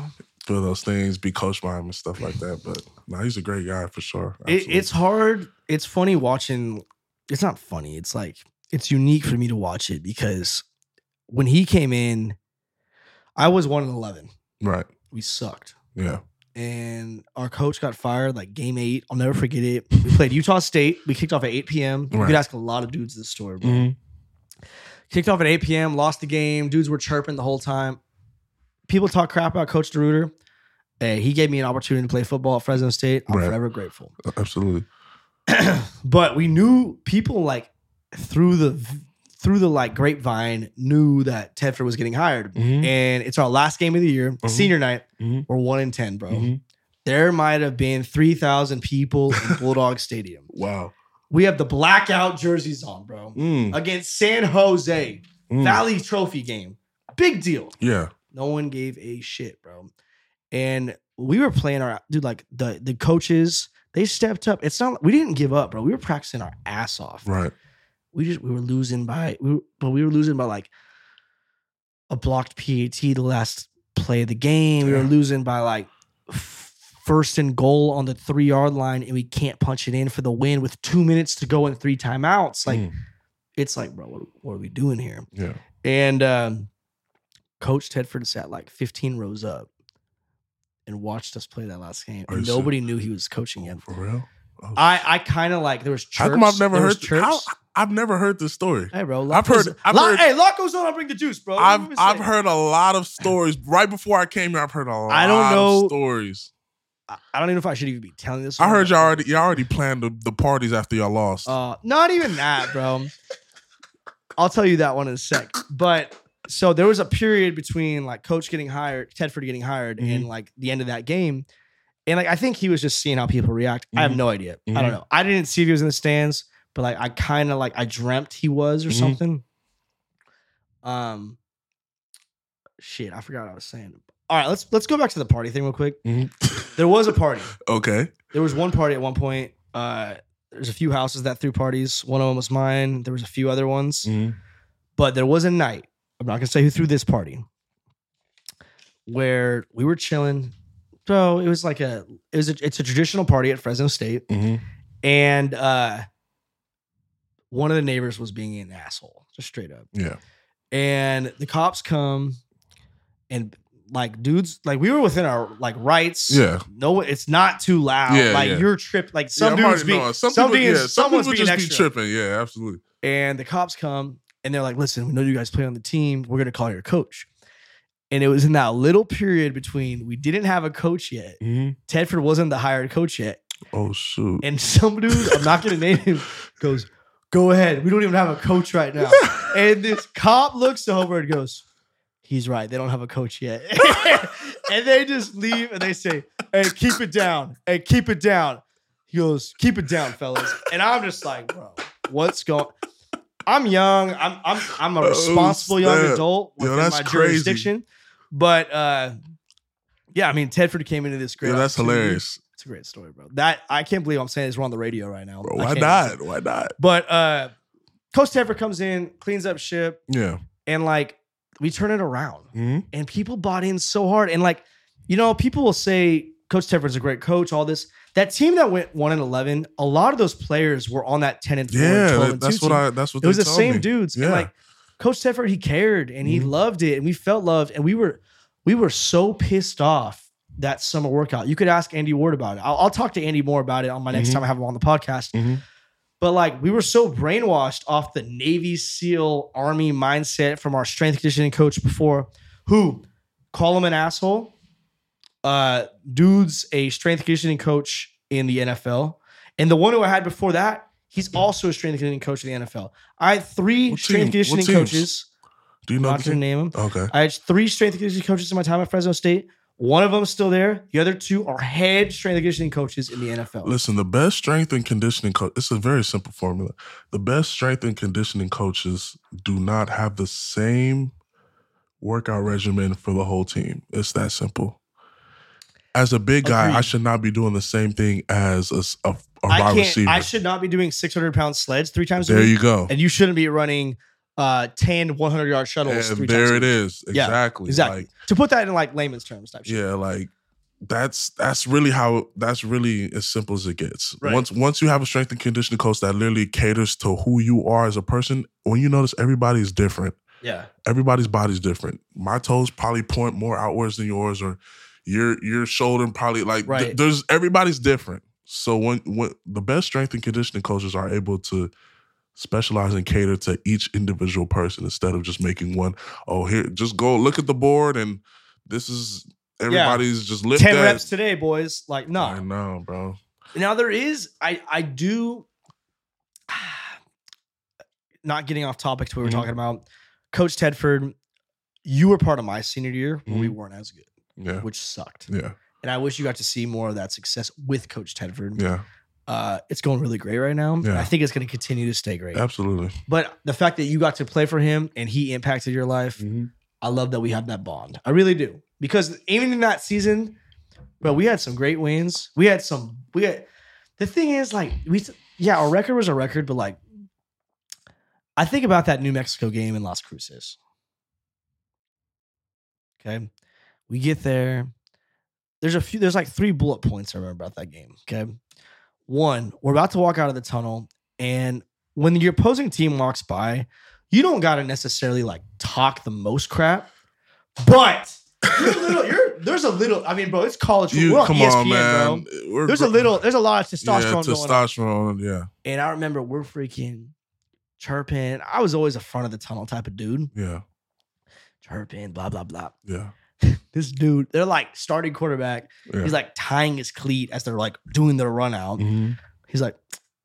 S2: feel those things, be coached by him and
S1: *clears throat*
S2: stuff like that. But no, he's a great guy for sure.
S1: it, it's hard. It's funny watching. It's not funny. It's like it's unique for me to watch it because when he came in, I was one and eleven.
S2: Absolutely. right.
S1: We sucked,
S2: Yeah.
S1: and our coach got fired like game eight. I'll never forget it. We played Utah State. We kicked off at eight p.m. You
S2: Right. Mm-hmm.
S1: could ask a lot of dudes this story. Bro. Kicked off at eight p.m. Lost the game. Dudes were chirping the whole time. People talk crap about Coach DeRuiter. Hey, he gave me an opportunity to play football at Fresno State. I'm
S2: Right.
S1: forever grateful.
S2: Uh, Absolutely.
S1: but we knew people like through the through the like grapevine knew that Tedford was getting hired.
S2: Mm-hmm.
S1: And it's our last game of the year, senior night.
S2: Mhm.
S1: We're one in ten, bro.
S2: Mhm.
S1: There might have been three thousand people
S2: *laughs*
S1: in Bulldog Stadium.
S2: Wow.
S1: We have the blackout jerseys on, bro,
S2: Mm,
S1: against San Jose
S2: mm.
S1: Valley Trophy game. Big deal.
S2: Yeah.
S1: No one gave a shit, bro. And we were playing our dude, like the the coaches, they stepped up. It's not we didn't give up, bro. We were practicing our ass off.
S2: Right.
S1: We just we were losing by we were, but we were losing by like a blocked PAT the last play of the game. We were
S2: Yeah.
S1: losing by like f- first and goal on the three yard line, and we can't punch it in for the win with two minutes to go and three timeouts. Like
S2: Mm.
S1: it's like, bro, what, what are we doing here?
S2: Yeah.
S1: And um, Coach Tedford sat like 15 rows up and watched us play that last game.
S2: Are
S1: And
S2: you
S1: nobody knew he was coaching him.
S2: For real. Oh,
S1: I, I kind of like there was
S2: how
S1: chirps.
S2: come I've never
S1: there was
S2: heard?
S1: chirps.
S2: How, I've never heard this story.
S1: hey, bro.
S2: I've heard- I've
S1: Lo-
S2: heard-
S1: Hey, lock goes on. I'll bring the juice, bro. What you
S2: I've
S1: want me to
S2: I've
S1: say?
S2: heard a lot of stories. Right before I came here, I've heard a lot.
S1: I don't know-
S2: of stories.
S1: I- I don't even know if I should even be telling this.
S2: I
S1: one,
S2: heard
S1: but-
S2: y'all already y'all already planned the, the parties after y'all lost.
S1: Uh, not even that, bro. I'll tell you that one in a sec. But so there was a period between like coach getting hired, Tedford getting hired,
S2: Mhm.
S1: and like the end of that game. And like I think he was just seeing how people react. I have
S2: Mhm.
S1: no idea. I don't know. I didn't see if he was in the stands, but like I kind of like I dreamt he was or
S2: Mhm.
S1: something. Um shit, I forgot what I was saying. All right, let's let's go back to the party thing real quick.
S2: Mhm.
S1: There was a party.
S2: okay.
S1: There was one party at one point. Uh there's a few houses that threw parties. One of them was mine. There was a few other ones.
S2: Mhm.
S1: But there was a night, I'm not gonna say who threw this party, where we were chilling. So it was like a it was a, it's a traditional party at Fresno State,
S2: Mhm.
S1: and uh one of the neighbors was being an asshole, just straight up.
S2: Yeah.
S1: And the cops come and like dudes, like we were within our like rights.
S2: Yeah.
S1: No, it's not too loud.
S2: Yeah,
S1: like
S2: yeah.
S1: you're tripped. Like some
S2: Yeah, I'm
S1: dudes
S2: already
S1: being,
S2: knowing.
S1: some,
S2: people-
S1: being,
S2: yeah, some
S1: someone's
S2: people
S1: being
S2: just
S1: extra
S2: be tripping. Yeah, absolutely.
S1: and the cops come and they're like, "Listen, we know you guys play on the team. We're gonna call your coach." And it was in that little period between we didn't have a coach yet. Tedford wasn't the hired coach yet,
S2: Oh shoot.
S1: and *laughs* some dude I'm not gonna name him goes, "Go ahead. We don't even have a coach right
S2: *laughs*
S1: now." And this cop looks over and goes, "He's right. They don't have a coach yet." *laughs* and they just leave and they say, "Hey, keep it down. Hey, keep it down." He goes, "Keep it down, fellas." And I'm just like, "Bro, what's going?" I'm young. I'm I'm I'm a
S2: Oh,
S1: responsible young
S2: snap.
S1: adult
S2: Yo,
S1: within
S2: that's
S1: my
S2: crazy.
S1: jurisdiction. But uh, yeah, I mean, Tedford came into this great.
S2: yeah, that's
S1: opportunity.
S2: hilarious.
S1: It's a great story, bro. That I can't believe I'm saying this. We're on the radio right now. I
S2: Bro, why
S1: can't-
S2: not? Why not?
S1: But uh, Coach Tedford comes in, cleans up ship,
S2: Yeah.
S1: and like we turn it around
S2: Mhm.
S1: and people bought in so hard and like you know people will say coach tefford's a great coach all this that team that went 1 and 11 a lot of those players were on that 10 and 4 and
S2: Yeah,
S1: 12
S2: that-
S1: and 2
S2: that's what
S1: team.
S2: I. That's what
S1: it was
S2: they
S1: the
S2: told
S1: same
S2: me.
S1: dudes and
S2: Yeah.
S1: like coach tefford he cared and he
S2: Mhm.
S1: loved it and we felt loved and we were we were so pissed off that summer workout you could ask andy ward about it i'll, I'll talk to andy more about it on my next
S2: Mhm.
S1: time i have him on the podcast
S2: Mhm.
S1: but like we were so brainwashed off the Navy SEAL Army mindset from our strength conditioning coach before, who call him an asshole. Uh, dude's a strength conditioning coach in the NFL, and the one who I had before that, he's also a strength conditioning coach in the NFL. I had three
S2: What
S1: strength
S2: team? What
S1: conditioning
S2: teams?
S1: coaches.
S2: Do you
S1: I'm
S2: know?
S1: not
S2: the
S1: gonna
S2: team?
S1: name them.
S2: Okay.
S1: I had three strength conditioning coaches in my time at Fresno State. One of them's still there. The other two are head strength conditioning coaches in the NFL.
S2: Listen, the best strength and conditioning coach. It's a very simple formula. The best strength and conditioning coaches do not have the same workout regimen for the whole team. It's that simple. As a big guy, I
S1: Agreed.
S2: should not be doing the same thing as a, s- a- a
S1: I
S2: wide
S1: can't.
S2: receiver.
S1: I should not be doing 600 pound sleds three times a
S2: there
S1: week.
S2: you go.
S1: and you shouldn't be running uh 10 100 yard shuttles
S2: And
S1: three
S2: there
S1: times
S2: it is.
S1: Yeah,
S2: Exactly.
S1: exactly
S2: Like,
S1: to put that in like layman's terms type shit.
S2: yeah, like that's that's really how that's really as simple as it gets.
S1: Right.
S2: Once once you have a strength and conditioning coach that literally caters to who you are as a person, when you notice everybody is different.
S1: yeah
S2: Everybody's body's different. My toes probably point more outwards than yours, or your your shoulder probably like th-
S1: Right.
S2: there's everybody's different. So when when the best strength and conditioning coaches are able to specialize and cater to each individual person instead of just making one, oh here, just go look at the board and this is everybody's just lift
S1: 10
S2: that.
S1: reps today boys like no
S2: I know, bro.
S1: now there is i i do *sighs* not getting off topic to what we were
S2: Mhm.
S1: talking about coach tedford you were part of my senior year when we
S2: Mhm.
S1: weren't as good
S2: Yeah,
S1: which sucked
S2: yeah,
S1: and i wish you got to see more of that success with coach tedford
S2: yeah.
S1: uh it's going really great right now and
S2: Yeah.
S1: i think it's going to continue to stay great
S2: Absolutely.
S1: But the fact that you got to play for him and he impacted your life, I love that we have that bond. I really do. Because even in that season, bro, we had some great wins. We had some we had the thing is like we yeah, our record was our record, but like I think about that New Mexico game in Las Cruces. Okay. We get there. There's a few there's like three bullet points I remember about that game. Okay. One, we're about to walk out of the tunnel and when your opposing team walks by, you don't gotta necessarily like talk the most crap, but you're a little, you're, there's a little. I mean, bro, it's college.
S2: You
S1: We're on E
S2: come
S1: ESPN,
S2: on, man.
S1: bro.
S2: We're
S1: There's a
S2: gr-
S1: little, there's a lot of
S2: yeah,
S1: testosterone going on.
S2: testosterone. Yeah,
S1: And I remember we're freaking chirping. I was always a front of the tunnel type of dude,
S2: yeah,
S1: chirping, blah blah blah. *laughs*
S2: yeah.
S1: This dude, they're like starting quarterback.
S2: yeah. Mm.
S1: He's like tying his cleat as they're like doing their run out.
S2: Mhm.
S1: *laughs* He's like,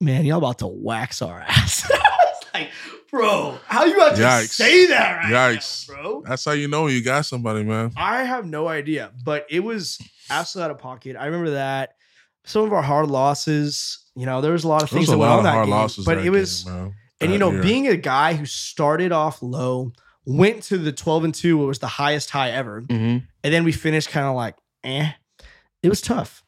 S1: man, y'all about to wax our ass. I was like, bro, how you about to
S2: Yikes.
S1: say that right
S2: Yikes.
S1: now, bro?
S2: That's how you know you got somebody, man.
S1: I have no idea, but it was absolutely out of pocket. I remember that some of our hard losses. You know, there was a lot of
S2: There was
S1: things that
S2: a
S1: went on
S2: lot of
S1: that
S2: hard
S1: game,
S2: losses.
S1: but
S2: that
S1: it was,
S2: game, man,
S1: and you
S2: that
S1: know,
S2: year.
S1: being a guy who started off low, went to the twelve and two, what was the highest high ever,
S3: Mhm.
S1: and then we finished kind of like, eh, it was tough.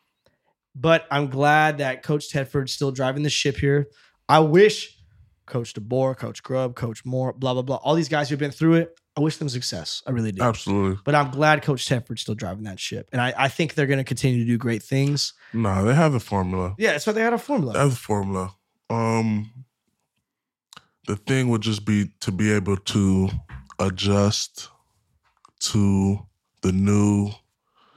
S1: But I'm glad that Coach Tedford's still driving the ship here. I wish Coach DeBoer, Coach Grubb, Coach Moore, blah blah blah, all these guys who've been through it. I wish them success. I really do.
S2: absolutely
S1: But I'm glad Coach Tedford's still driving that ship. And I, I think they're going to continue to do great things.
S2: nah. They have the formula.
S1: Yeah, that's why they had a
S2: They have
S1: formula.
S2: the formula. Um, the thing would just be to be able to adjust to the new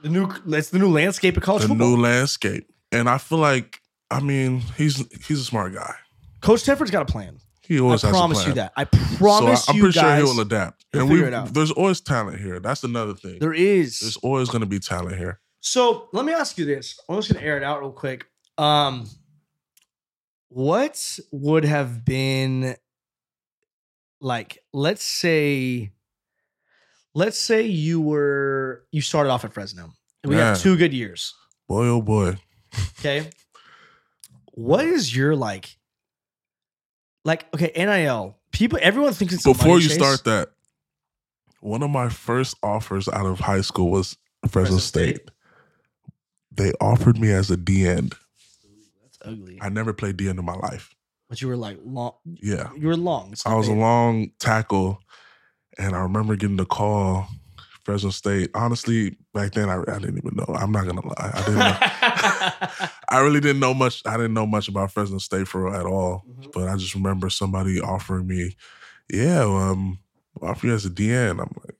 S1: The new that's the new landscape of college
S2: the
S1: football.
S2: new landscape, and I feel like I mean he's he's a smart guy.
S1: Coach Tedford's got a plan.
S2: He
S1: I
S2: always has
S1: promise
S2: a plan.
S1: you that. I promise
S2: so I, am
S1: you
S2: pretty
S1: guys.
S2: sure he'll adapt.
S1: he'll
S2: and
S1: figure
S2: we
S1: it out.
S2: there's always talent here. That's another thing.
S1: there is.
S2: there's always going to be talent here.
S1: So let me ask you this. I'm just gonna air it out real quick. Um, what would have been like? Let's say, let's say you were you started off at Fresno. We
S2: Yeah.
S1: had two good years.
S2: Boy, oh boy.
S1: Okay. What is your like? Like okay, NIL people. Everyone thinks it's a money
S2: Before you
S1: chase.
S2: start that, one of my first offers out of high school was Fresno,
S1: Fresno
S2: State.
S1: State.
S2: They offered me as a D end.
S1: That's ugly.
S2: I never played D end in my life.
S1: But you were like long.
S2: Yeah.
S1: You were long. It's
S2: I was a
S1: debatable.
S2: long tackle, and I remember getting the call. Fresno State. Honestly, back then I, I didn't even know. I'm not gonna lie.
S1: *laughs*
S2: I didn't. Know. I really didn't know much. I didn't know much about Fresno State for real at all.
S1: Mhm.
S2: But I just remember somebody offering me, yeah, um, I'll offer you as a DN. I'm like,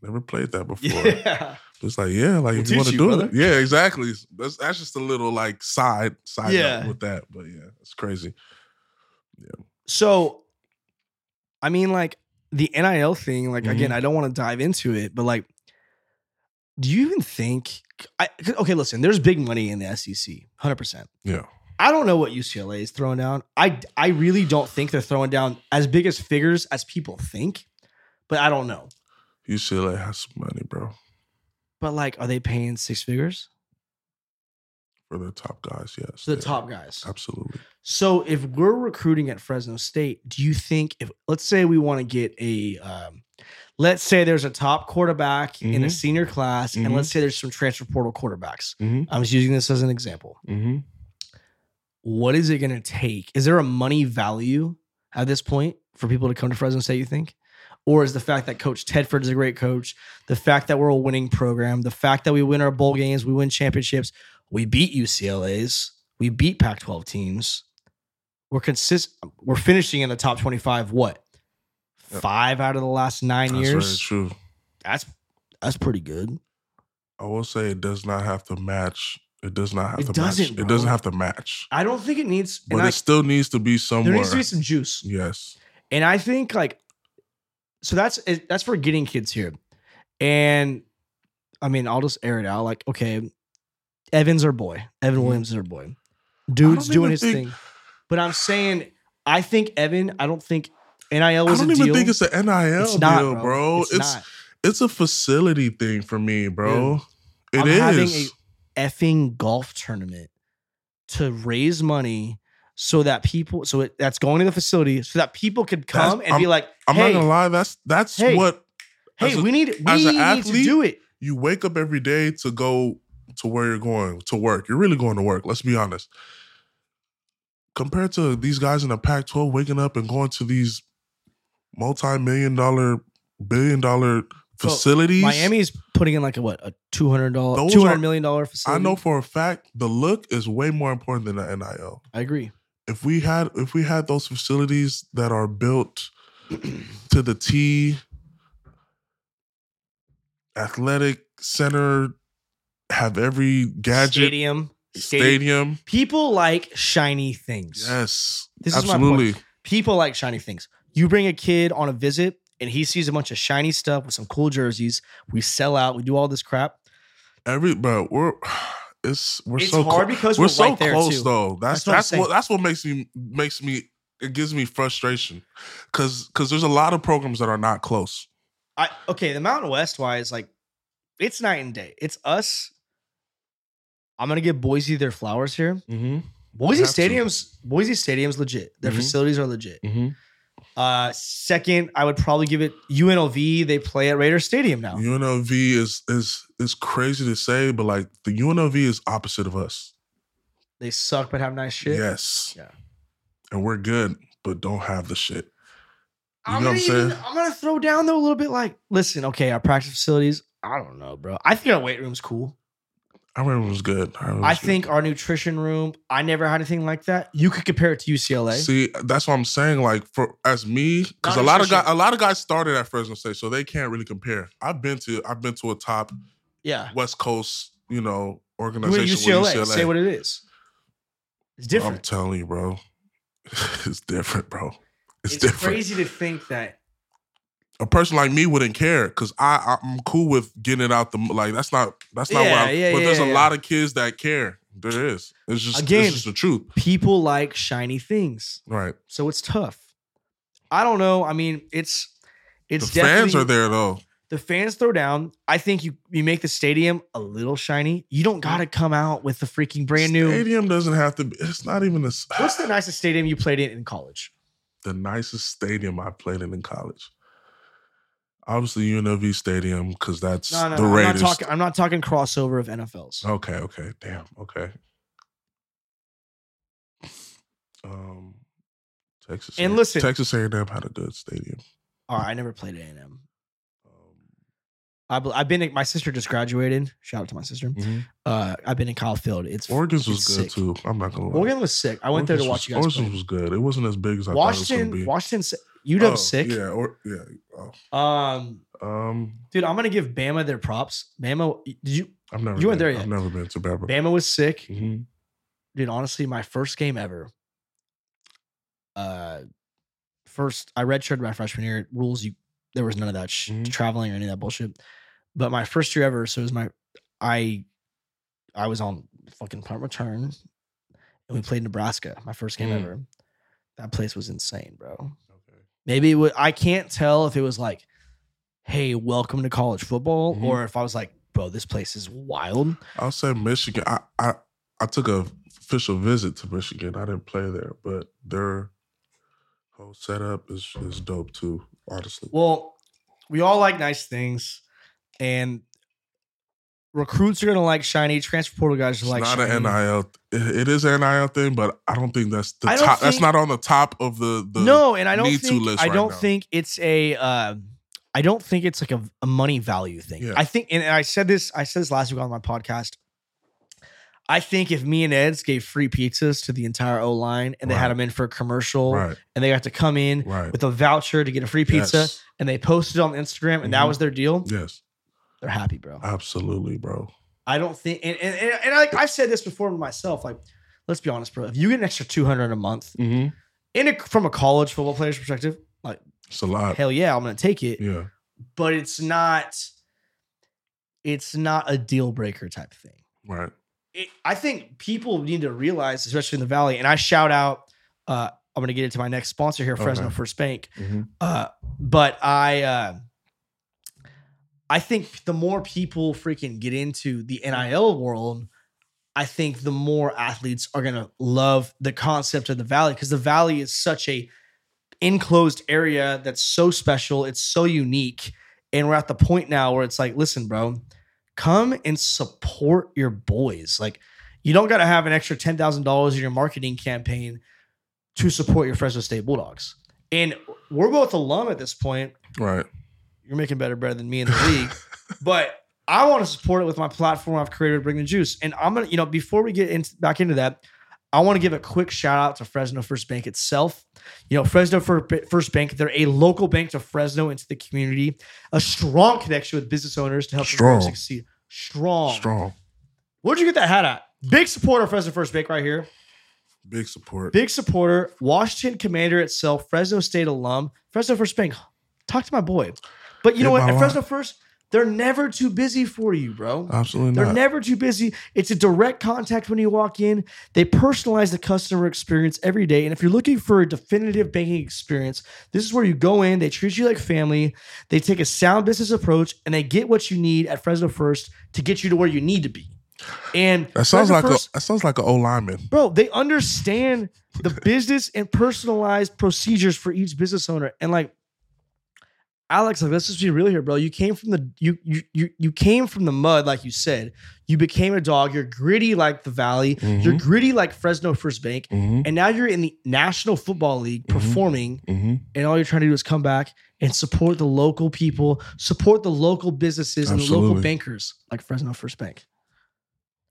S2: never played that
S1: *laughs*
S2: before.
S1: Yeah.
S2: It's like, yeah, like
S1: We'll
S2: if you want to
S1: teach
S2: do
S1: you,
S2: it. Yeah, exactly. That's that's just a little like side side
S1: Yeah.
S2: note with that. But yeah, it's crazy.
S1: So, I mean, like the NIL thing. Like
S2: Mm-hmm.
S1: again, I don't want to dive into it, but like, do you even think? I, okay, listen. There's big money in the SEC, hundred percent.
S2: Yeah.
S1: I don't know what UCLA is throwing down. I I really don't think they're throwing down as big as figures as people think, but I don't know.
S2: UCLA has some money, bro,
S1: But like, are they paying six figures
S2: for their top guys. Yes,
S1: to the
S2: yeah.
S1: top guys?
S2: Absolutely.
S1: So if we're recruiting at Fresno State, do you think if let's say we want to get a um, let's say there's a top quarterback in a
S3: Mhm.
S1: senior class,
S3: Mhm.
S1: and let's say there's some transfer portal quarterbacks.
S3: Mhm.
S1: I'm just using this as an example.
S3: Mhm.
S1: What is it going to take? Is there a money value at this point for people to come to Fresno State? You think, or is the fact that Coach Tedford is a great coach, the fact that we're a winning program, the fact that we win our bowl games, we win championships, we beat UCLA's, we beat Pac-12 teams, we're consist, we're finishing in the top twenty-five. What?
S2: Yep.
S1: Five out of the last nine
S2: That's
S1: years.
S2: very true.
S1: That's that's pretty good.
S2: I will say it does not have to match. It does not have
S1: It
S2: to
S1: doesn't,
S2: match.
S1: bro.
S2: It doesn't have to match.
S1: I don't think it needs.
S2: But
S1: And
S2: it
S1: I,
S2: still needs to be
S1: there
S2: somewhere.
S1: needs to be some juice.
S2: yes.
S1: And I think like so that's it- that's for getting kids here. And I mean, I'll just air it out. Like, okay, Evan's our boy. Evan
S2: Mhm.
S1: Williams is our boy. Dude's
S2: even
S1: doing his
S2: think-
S1: thing. But I'm saying I think Evan, I don't think NIL
S2: I
S1: was
S2: don't
S1: a
S2: even
S1: deal.
S2: think it's an NIL
S1: It's
S2: deal,
S1: not,
S2: bro. It's it's,
S1: not.
S2: a facility thing for me, bro. It
S1: I'm
S2: is.
S1: having effing golf tournament to raise money so that people so it, that's going to the facility so that people could come and be like,
S2: I'm
S1: hey,
S2: not gonna lie. That's that's
S1: Hey.
S2: what
S1: hey,
S2: as a-
S1: we need we
S2: as an
S1: need to
S2: athlete,
S1: do it.
S2: you wake up every day to go to where you're going to work. You're really going to work. Let's be honest. Compared to these guys in the Pac-12 waking up and going to these multi-million dollar, billion dollar
S1: So,
S2: facilities.
S1: Miami's putting in like a what a two hundred dollar
S2: Those
S1: two hundred
S2: are-
S1: million dollar facility.
S2: I know for a fact the look is way more important than the NIL.
S1: I agree.
S2: if we had if we had those facilities that are built *clears throat* to the T, athletic center, have every gadget stadium.
S1: Stadium, stadium. People like shiny things.
S2: Yes,
S1: This is my point.
S2: absolutely.
S1: People like shiny things. You bring a kid on a visit and he sees a bunch of shiny stuff with some cool jerseys. We sell out. We do all this crap.
S2: Every but we're it's we're
S1: it's
S2: so
S1: hard
S2: clo-
S1: because
S2: we're
S1: we're,
S2: so
S1: right there
S2: close
S1: too.
S2: though. That's
S1: That's what I'm
S2: that's what,
S1: saying.
S2: that's what makes me makes me it gives me frustration because because there's a lot of programs that are not close.
S1: I okay, the Mountain West wise, like it's night and day. It's us. I'm gonna give Boise their flowers here.
S2: Mm-hmm.
S1: Boise
S2: Have to.
S1: Stadium's Boise Stadium's legit. Their
S2: Mhm.
S1: facilities are legit.
S2: Mm-hmm.
S1: Uh second, I would probably give it UNLV. They play at Raider Stadium now.
S2: UNLV is is is crazy to say, but like the UNLV is opposite of us.
S1: They suck but have nice shit.
S2: Yes.
S1: Yeah.
S2: And we're good, but don't have the shit. You
S1: I'm gonna
S2: know what I'm
S1: even,
S2: saying?
S1: I'm gonna throw down though a little bit like, listen, okay, our practice facilities, I don't know, bro. I think our weight room's cool.
S2: I remember it was good. I, remember it
S1: I
S2: was good.
S1: think our nutrition room, I never had anything like that. You could compare it to UCLA.
S2: See, that's what I'm saying. Like for as me, because
S1: Not
S2: a lot of guys,
S1: nutrition.
S2: a lot of guys started at Fresno State, so they can't really compare. I've been to, I've been to a top
S1: yeah.
S2: West Coast, you know,
S1: You went to
S2: organization.
S1: UCLA,
S2: with UCLA.
S1: say what it is. It's
S2: I'm
S1: different.
S2: telling you, bro, *laughs* it's different, bro. It's,
S1: It's,
S2: different.
S1: crazy to think that
S2: A person like me wouldn't care because I, I'm cool with getting it out the like. That's not, that's not
S1: Yeah,
S2: what. I,
S1: yeah,
S2: but there's
S1: yeah,
S2: a
S1: yeah.
S2: lot of kids that care. There is. It's just,
S1: Again.
S2: it's just the truth,
S1: people like shiny things.
S2: right?
S1: So it's tough. I don't know. I mean, it's it's
S2: the fans
S1: definitely-
S2: are there though.
S1: the fans throw down. I think you you make the stadium a little shiny. You don't gotta come out with the freaking brand new.
S2: Stadium doesn't have to. be It's not even a. s- *sighs*
S1: What's the nicest stadium you played in in college?
S2: the nicest stadium I played in in college. Obviously, UNLV Stadium because that's
S1: No, no,
S2: the
S1: no. I'm not
S2: Raiders. Oh.
S1: talking. I'm not talking crossover of NFLs.
S2: okay, okay, damn, okay. *sighs* Um, Texas
S1: And
S2: A-
S1: listen-
S2: Texas A&M had a good stadium.
S1: All right, I never played at A&M.
S2: Um,
S1: I bel- I've been. My sister just graduated. Shout out to my sister. Uh, I've been in Kyle Field. It's
S2: Oregon's was
S1: It's
S2: good
S1: sick.
S2: too. I'm not gonna lie.
S1: Oregon was sick. I went there to watch
S2: Oregon's
S1: you
S2: was,
S1: guys. play.
S2: Oregon's was good. It wasn't as big as I thought
S1: Washington,
S2: it was gonna
S1: Washington, si-
S2: be.
S1: UW
S2: Oh,
S1: sick.
S2: Yeah, or, yeah.
S1: Um,
S2: Um,
S1: dude, I'm gonna give Bama their props. Bama, did you?
S2: I've never
S1: You
S2: been,
S1: weren't there
S2: I've
S1: yet.
S2: never been to Bama.
S1: Bama was sick,
S2: Mhm.
S1: dude. Honestly, my first game ever. Uh, first I redshirted my freshman year. Rules, you there was none of that sh-
S2: Mhm.
S1: traveling or any of that bullshit. But my first year ever, so it was my, I, I was on fucking punt return, and we played Nebraska. My first game
S2: Mm.
S1: ever. That place was insane, bro.
S2: Okay.
S1: Maybe it would, I can't tell if it was like, hey, welcome to college football,
S2: Mhm.
S1: or if I was like, bro, this place is wild.
S2: I'll say Michigan. I, I I took a official visit to Michigan. I didn't play there, but their whole setup is is dope too. Honestly,
S1: Well, we all like nice things, and recruits are going to like shiny, transfer portal guys
S2: it's
S1: are like
S2: not
S1: shiny.
S2: an nil. It, it is an nil thing, but I don't think that's the
S1: I don't
S2: top. that's
S1: think-
S2: not on the top of the the.
S1: no, and I don't
S2: need to
S1: think
S2: list
S1: I
S2: right
S1: don't
S2: now.
S1: think it's a uh, I don't think it's like a, a money value thing.
S2: Yeah.
S1: I think, and I said this I said this last week on my podcast. I think if me and Ed's gave free pizzas to the entire O line and they
S2: Right.
S1: had them in for a commercial
S2: Right.
S1: and they got to come in
S2: Right.
S1: with a voucher to get a free pizza
S2: Yes.
S1: and they posted on Instagram and that
S2: Mhm.
S1: was their deal,
S2: Yes.
S1: they're happy, bro.
S2: Uh, Absolutely, bro.
S1: I don't think, and, and, and, and I, I've said this before to myself, like, let's be honest, bro. If you get an extra 200 a month
S2: Mm-hmm.
S1: in a, from a college football player's perspective, like,
S2: It's a lot.
S1: hell yeah, I'm going to take it.
S2: Uh, Yeah.
S1: But it's not, it's not a deal breaker type thing.
S2: Right.
S1: It, I think people need to realize, especially in the Valley, and I shout out, uh, I'm going to get into my next sponsor here, Fresno
S2: Okay.
S1: First Bank.
S2: Mhm.
S1: Uh, but I, uh, I think the more people freaking get into the NIL world, I think the more athletes are gonna love the concept of the valley because the valley is such a enclosed area that's so special, it's so unique, and we're at the point now where it's like, listen, bro, come and support your boys. Like, you don't gotta have an extra ten thousand dollars in your marketing campaign to support your Fresno State Bulldogs. And we're both alum at this point.
S2: Right.
S1: You're making better bread than me in the league but I want to support it with my platform I've created, Bring the Juice. And I'm gonna, you know, before we get into back into that, I want to give a quick shout out to Fresno First Bank itself. You know, Fresno Fir- First Bank, they're a local bank to Fresno and to the community, a strong connection with business owners to help
S2: Strong.
S1: them succeed. Strong.
S2: Strong.
S1: Where'd you get that hat at? Big supporter of Fresno First Bank right here.
S2: Big support.
S1: Big supporter, Washington Commander itself, Fresno State alum, Fresno First Bank. Talk to my boy. But you
S2: Hit
S1: know what?
S2: my
S1: At
S2: line.
S1: Fresno First, They're never too busy for you, bro.
S2: Absolutely
S1: They're
S2: not.
S1: never too busy. It's a direct contact when you walk in. They personalize the customer experience every day. And if you're looking for a definitive banking experience, this is where you go in. They treat you like family. They take a sound business approach and they get what you need at Fresno First to get you to where you need to be. And
S2: that sounds
S1: Fresno
S2: like
S1: First-
S2: a that sounds like an O lineman.
S1: Bro, they understand the business and personalized procedures for each business owner. And like Alex, like let's just be real here, bro. You came from the you you you you came from the mud, like you said. You became a dog. You're gritty like the valley. You're gritty like Fresno First Bank.
S2: Mm-hmm.
S1: And now you're in the National Football League performing,
S2: Mm-hmm.
S1: and all you're trying to do is come back and support the local people, support the local businesses and the local
S2: Absolutely.
S1: bankers like Fresno First Bank.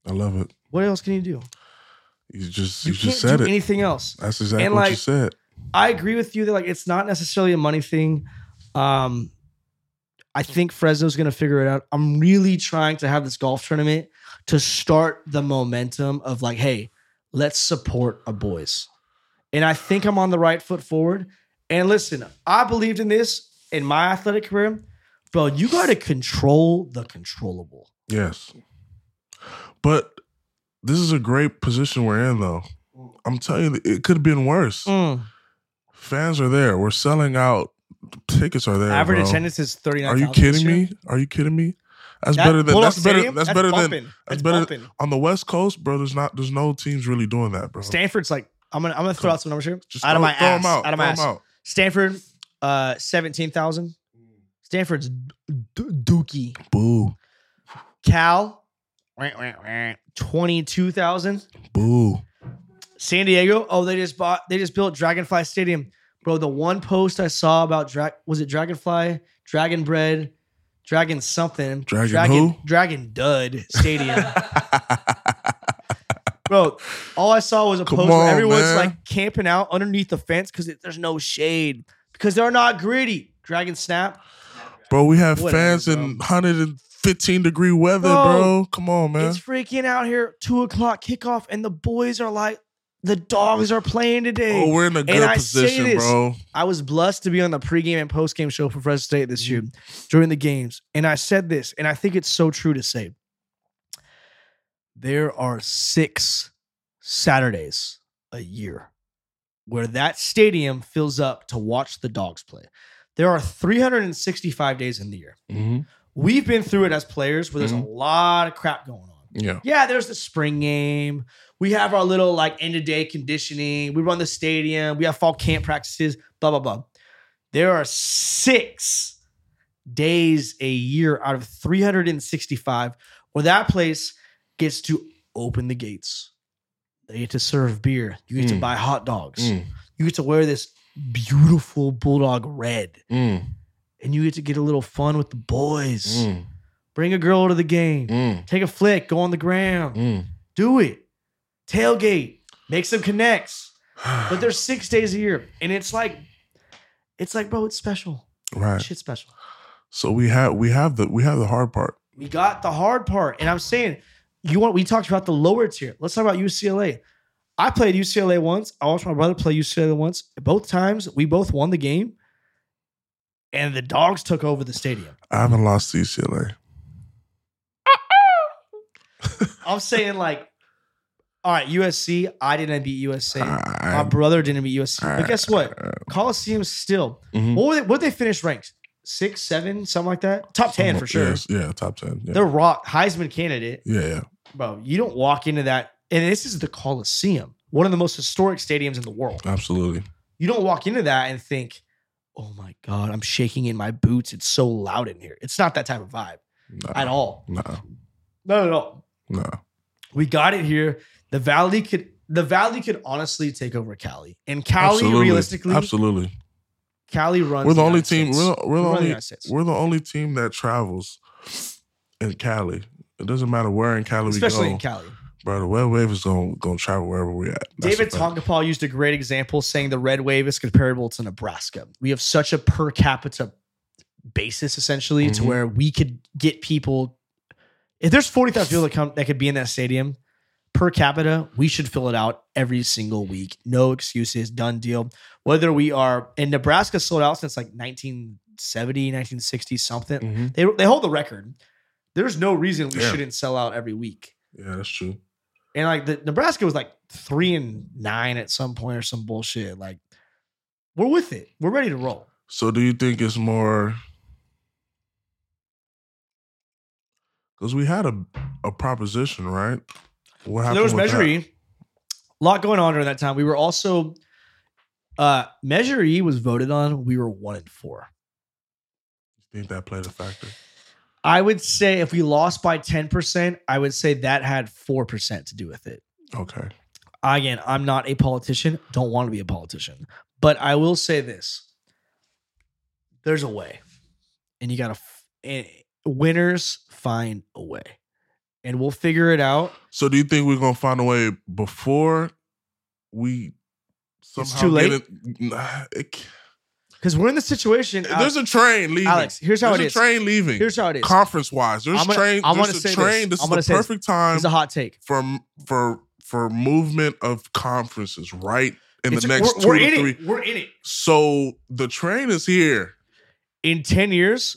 S2: I love it.
S1: What else can you do?
S2: You just
S1: You,
S2: you,
S1: can't
S2: just said
S1: do
S2: it.
S1: anything else.
S2: That's exactly
S1: And,
S2: what you
S1: like,
S2: said.
S1: I agree with you that like it's not necessarily a money thing. Um, I think Fresno's gonna figure it out. I'm really trying to have this golf tournament to start the momentum of like, hey, let's support our boys. And I think I'm on the right foot forward. And listen, I believed in this in my athletic career, bro. You gotta control the controllable.
S2: Yes. But this is a great position we're in, though. I'm telling you, it could have been worse.
S1: Mm.
S2: Fans are there. We're selling out. Tickets are there.
S1: Average
S2: bro.
S1: attendance is 39.
S2: Are you kidding me? Are you kidding me? That's better than that's better. That's, better than that's better-
S1: than
S2: on the West Coast, bro. There's not. There's no teams really doing that, bro.
S1: Stanford's like, I'm gonna I'm gonna throw out some numbers here.
S2: Just
S1: out of
S2: throw-
S1: my
S2: throw 'em
S1: ass.
S2: out.
S1: Out of my
S2: throw 'em
S1: ass.
S2: out.
S1: Stanford, uh, seventeen thousand. Stanford's d- dookie.
S2: Boo,
S1: Cal, twenty-two thousand.
S2: boo.
S1: San Diego. Oh, they just bought. They just built Dragonfly Stadium, bro. The one post I saw about Dra- was it Dragonfly, Dragon Bread, Dragon something,
S2: Dragon
S1: Dragon,
S2: who?
S1: Dragon Dud
S2: *laughs*
S1: Stadium. bro, all I saw was a
S2: Come
S1: post where
S2: on,
S1: everyone's
S2: man.
S1: like camping out underneath the fence because there's no shade because they're not gritty. Dragon Snap,
S2: Bro, we have
S1: Whatever,
S2: fans in 115 degree weather,
S1: Bro,
S2: bro. Come on, man.
S1: It's freaking out here. Two o'clock kickoff, and the boys are like, the dogs are playing today.
S2: Oh, we're in a good
S1: I say
S2: position,
S1: this,
S2: bro.
S1: I was blessed to be on the pregame and postgame show for Fresno State this year during the games, and I said this, and I think it's so true to say. There are six Saturdays a year where that stadium fills up to watch the dogs play. There are 365 days in the year.
S2: Mm-hmm.
S1: We've been through it as players where there's a lot of crap going on.
S2: Yeah,
S1: Yeah, there's the spring game. We have our little like end of day conditioning. We run the stadium. We have fall camp practices, blah, blah, blah. There are six days a year out of 365 where that place gets to open the gates. They get to serve beer. You get to
S2: Mm.
S1: buy hot dogs.
S2: Mm.
S1: You get to wear this beautiful Bulldog red.
S2: Mm.
S1: And you get to get a little fun with the boys.
S2: Mm.
S1: Bring a girl to the game.
S2: Mm.
S1: Take a flick. Go on the gram.
S2: Mm.
S1: Do it. Tailgate. Make some connects. But there's six days a year. And it's like, it's like, bro, it's special.
S2: *sighs* right.
S1: Shit's special.
S2: So we have we have the we have the hard part.
S1: We got the hard part. And I'm saying, you want we talked about the lower tier. Let's talk about UCLA. I played UCLA once. I watched my brother play UCLA once. Both times we both won the game. And the dogs took over the stadium.
S2: I haven't lost to UCLA.
S1: I'm saying, like, all right, USC, I didn't beat USC. my
S2: I,
S1: brother didn't beat USC.
S2: I-
S1: but guess what? Coliseum still
S2: Mhm.
S1: What were they, what they finish ranked? Six, seven, something like that. Top ten for sure.
S2: Yes, yeah, top ten. Yeah,
S1: They're rock Heisman candidate,
S2: yeah, yeah.
S1: bro. You don't walk into that, and this is the Coliseum, one of the most historic stadiums in the world.
S2: absolutely.
S1: You don't walk into that and think, "Oh my god, I'm shaking in my boots. It's so loud in here." It's not that type of vibe
S2: Nah,
S1: at all.
S2: nah,
S1: No, no, no.
S2: nah.
S1: We got it here. The Valley could, the Valley could honestly take over Cali, and Cali
S2: absolutely.
S1: realistically,
S2: absolutely.
S1: Cali runs.
S2: We're the only
S1: United
S2: team.
S1: States.
S2: We're the, we're
S1: We run
S2: the
S1: the
S2: only.
S1: United States.
S2: We're the only team that travels in Cali. It doesn't matter where in Cali
S1: especially
S2: we
S1: in
S2: go,
S1: Cali.
S2: bro. The web wave is gonna gonna travel wherever we at. That's
S1: David
S2: a fact.
S1: Tonkapaw used a great example saying the red wave is comparable to Nebraska. We have such a per capita basis essentially to
S2: Mhm.
S1: where we could get people. If there's 40,000 people that come that could be in that stadium per capita, we should fill it out every single week. No excuses, done deal. Whether we are in Nebraska sold out since like 19 1970, 1960 something.
S2: Mhm.
S1: They they hold the record. There's no reason we
S2: Yeah.
S1: shouldn't sell out every week.
S2: Yeah, that's true.
S1: And like the Nebraska was like three and nine at some point or some bullshit. Like we're with it. We're ready to roll.
S2: So do you think it's more because we had a a proposition, right? What
S1: So there was
S2: with
S1: Measure
S2: that?
S1: E. A lot going on during that time. We were also uh Measure E was voted on. We were one and four.
S2: You think that played a factor?
S1: I would say if we lost by 10%, I would say that had 4% to do with it.
S2: Okay.
S1: Again, I'm not a politician, don't want to be a politician, but I will say this there's a way, and you got to, f- and winners find a way, and we'll figure it out.
S2: So do you think we're gonna find a way before we somehow
S1: too
S2: get
S1: late?
S2: It, Nah, it c-
S1: Because we're in the situation. Alex,
S2: there's a train leaving.
S1: Alex, here's how
S2: there's a
S1: it is.
S2: train leaving.
S1: Here's how it is.
S2: Conference wise, there's
S1: I'm gonna-
S2: train.
S1: I'm
S2: there's
S1: gonna
S2: a
S1: say this.
S2: train. This,
S1: I'm gonna
S2: is
S1: say
S2: the
S1: this.
S2: perfect time
S1: It's a hot take.
S2: for for for movement of conferences right in
S1: It's-
S2: the next
S1: we're, we're
S2: 2
S1: in
S2: to three.
S1: it. We're in it.
S2: So the train is here.
S1: In 10 years,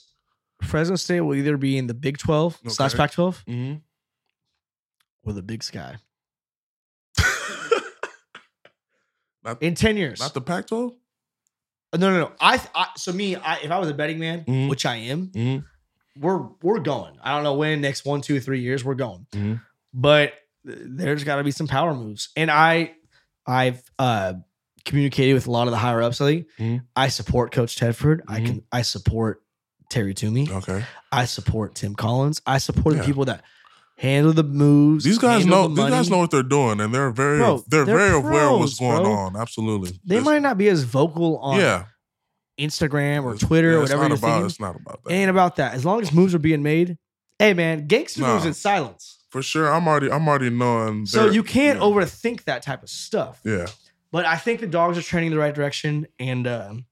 S1: Fresno State will either be in the Big 12 slash
S2: Okay.
S1: Pac 12
S2: Mm-hmm.
S1: or the Big Sky.
S2: not,
S1: In 10 years.
S2: *laughs* not the Pac-12.
S1: Uh, No, no, no. I, th- I so me, I, if I was a betting man,
S2: Mhm.
S1: which I am,
S2: Mm-hmm.
S1: we're we're going. I don't know when next one, two, three years we're going,
S2: Mhm.
S1: but th- there's got to be some power moves. And I, I've uh, communicated with a lot of the higher ups. I think
S2: Mhm.
S1: I support Coach Tedford. I
S2: Mhm.
S1: can I support Terry Toomey.
S2: Okay.
S1: I support Tim Collins. I support
S2: Oh. Yeah.
S1: the people that handle the moves.
S2: These guys
S1: handle
S2: know.
S1: the
S2: These
S1: money.
S2: guys know what they're doing, and they're very
S1: Bro,
S2: they're,
S1: they're
S2: very aware of what's
S1: pros,
S2: going
S1: bro.
S2: on. Absolutely.
S1: They
S2: It's-
S1: might not be as vocal on
S2: Yeah.
S1: Instagram or
S2: It's-
S1: Twitter
S2: yeah,
S1: or
S2: it's
S1: whatever
S2: Not
S1: you're
S2: about,
S1: thinking.
S2: it's not about that.
S1: It ain't about that. As long as moves are being made, hey man, gangster
S2: Nah.
S1: moves in silence.
S2: For sure. I'm already. I'm already knowing.
S1: So
S2: they're-
S1: you can't
S2: yeah.
S1: overthink that type of stuff.
S2: Yeah.
S1: But I think the dogs are trending in the right direction, and um,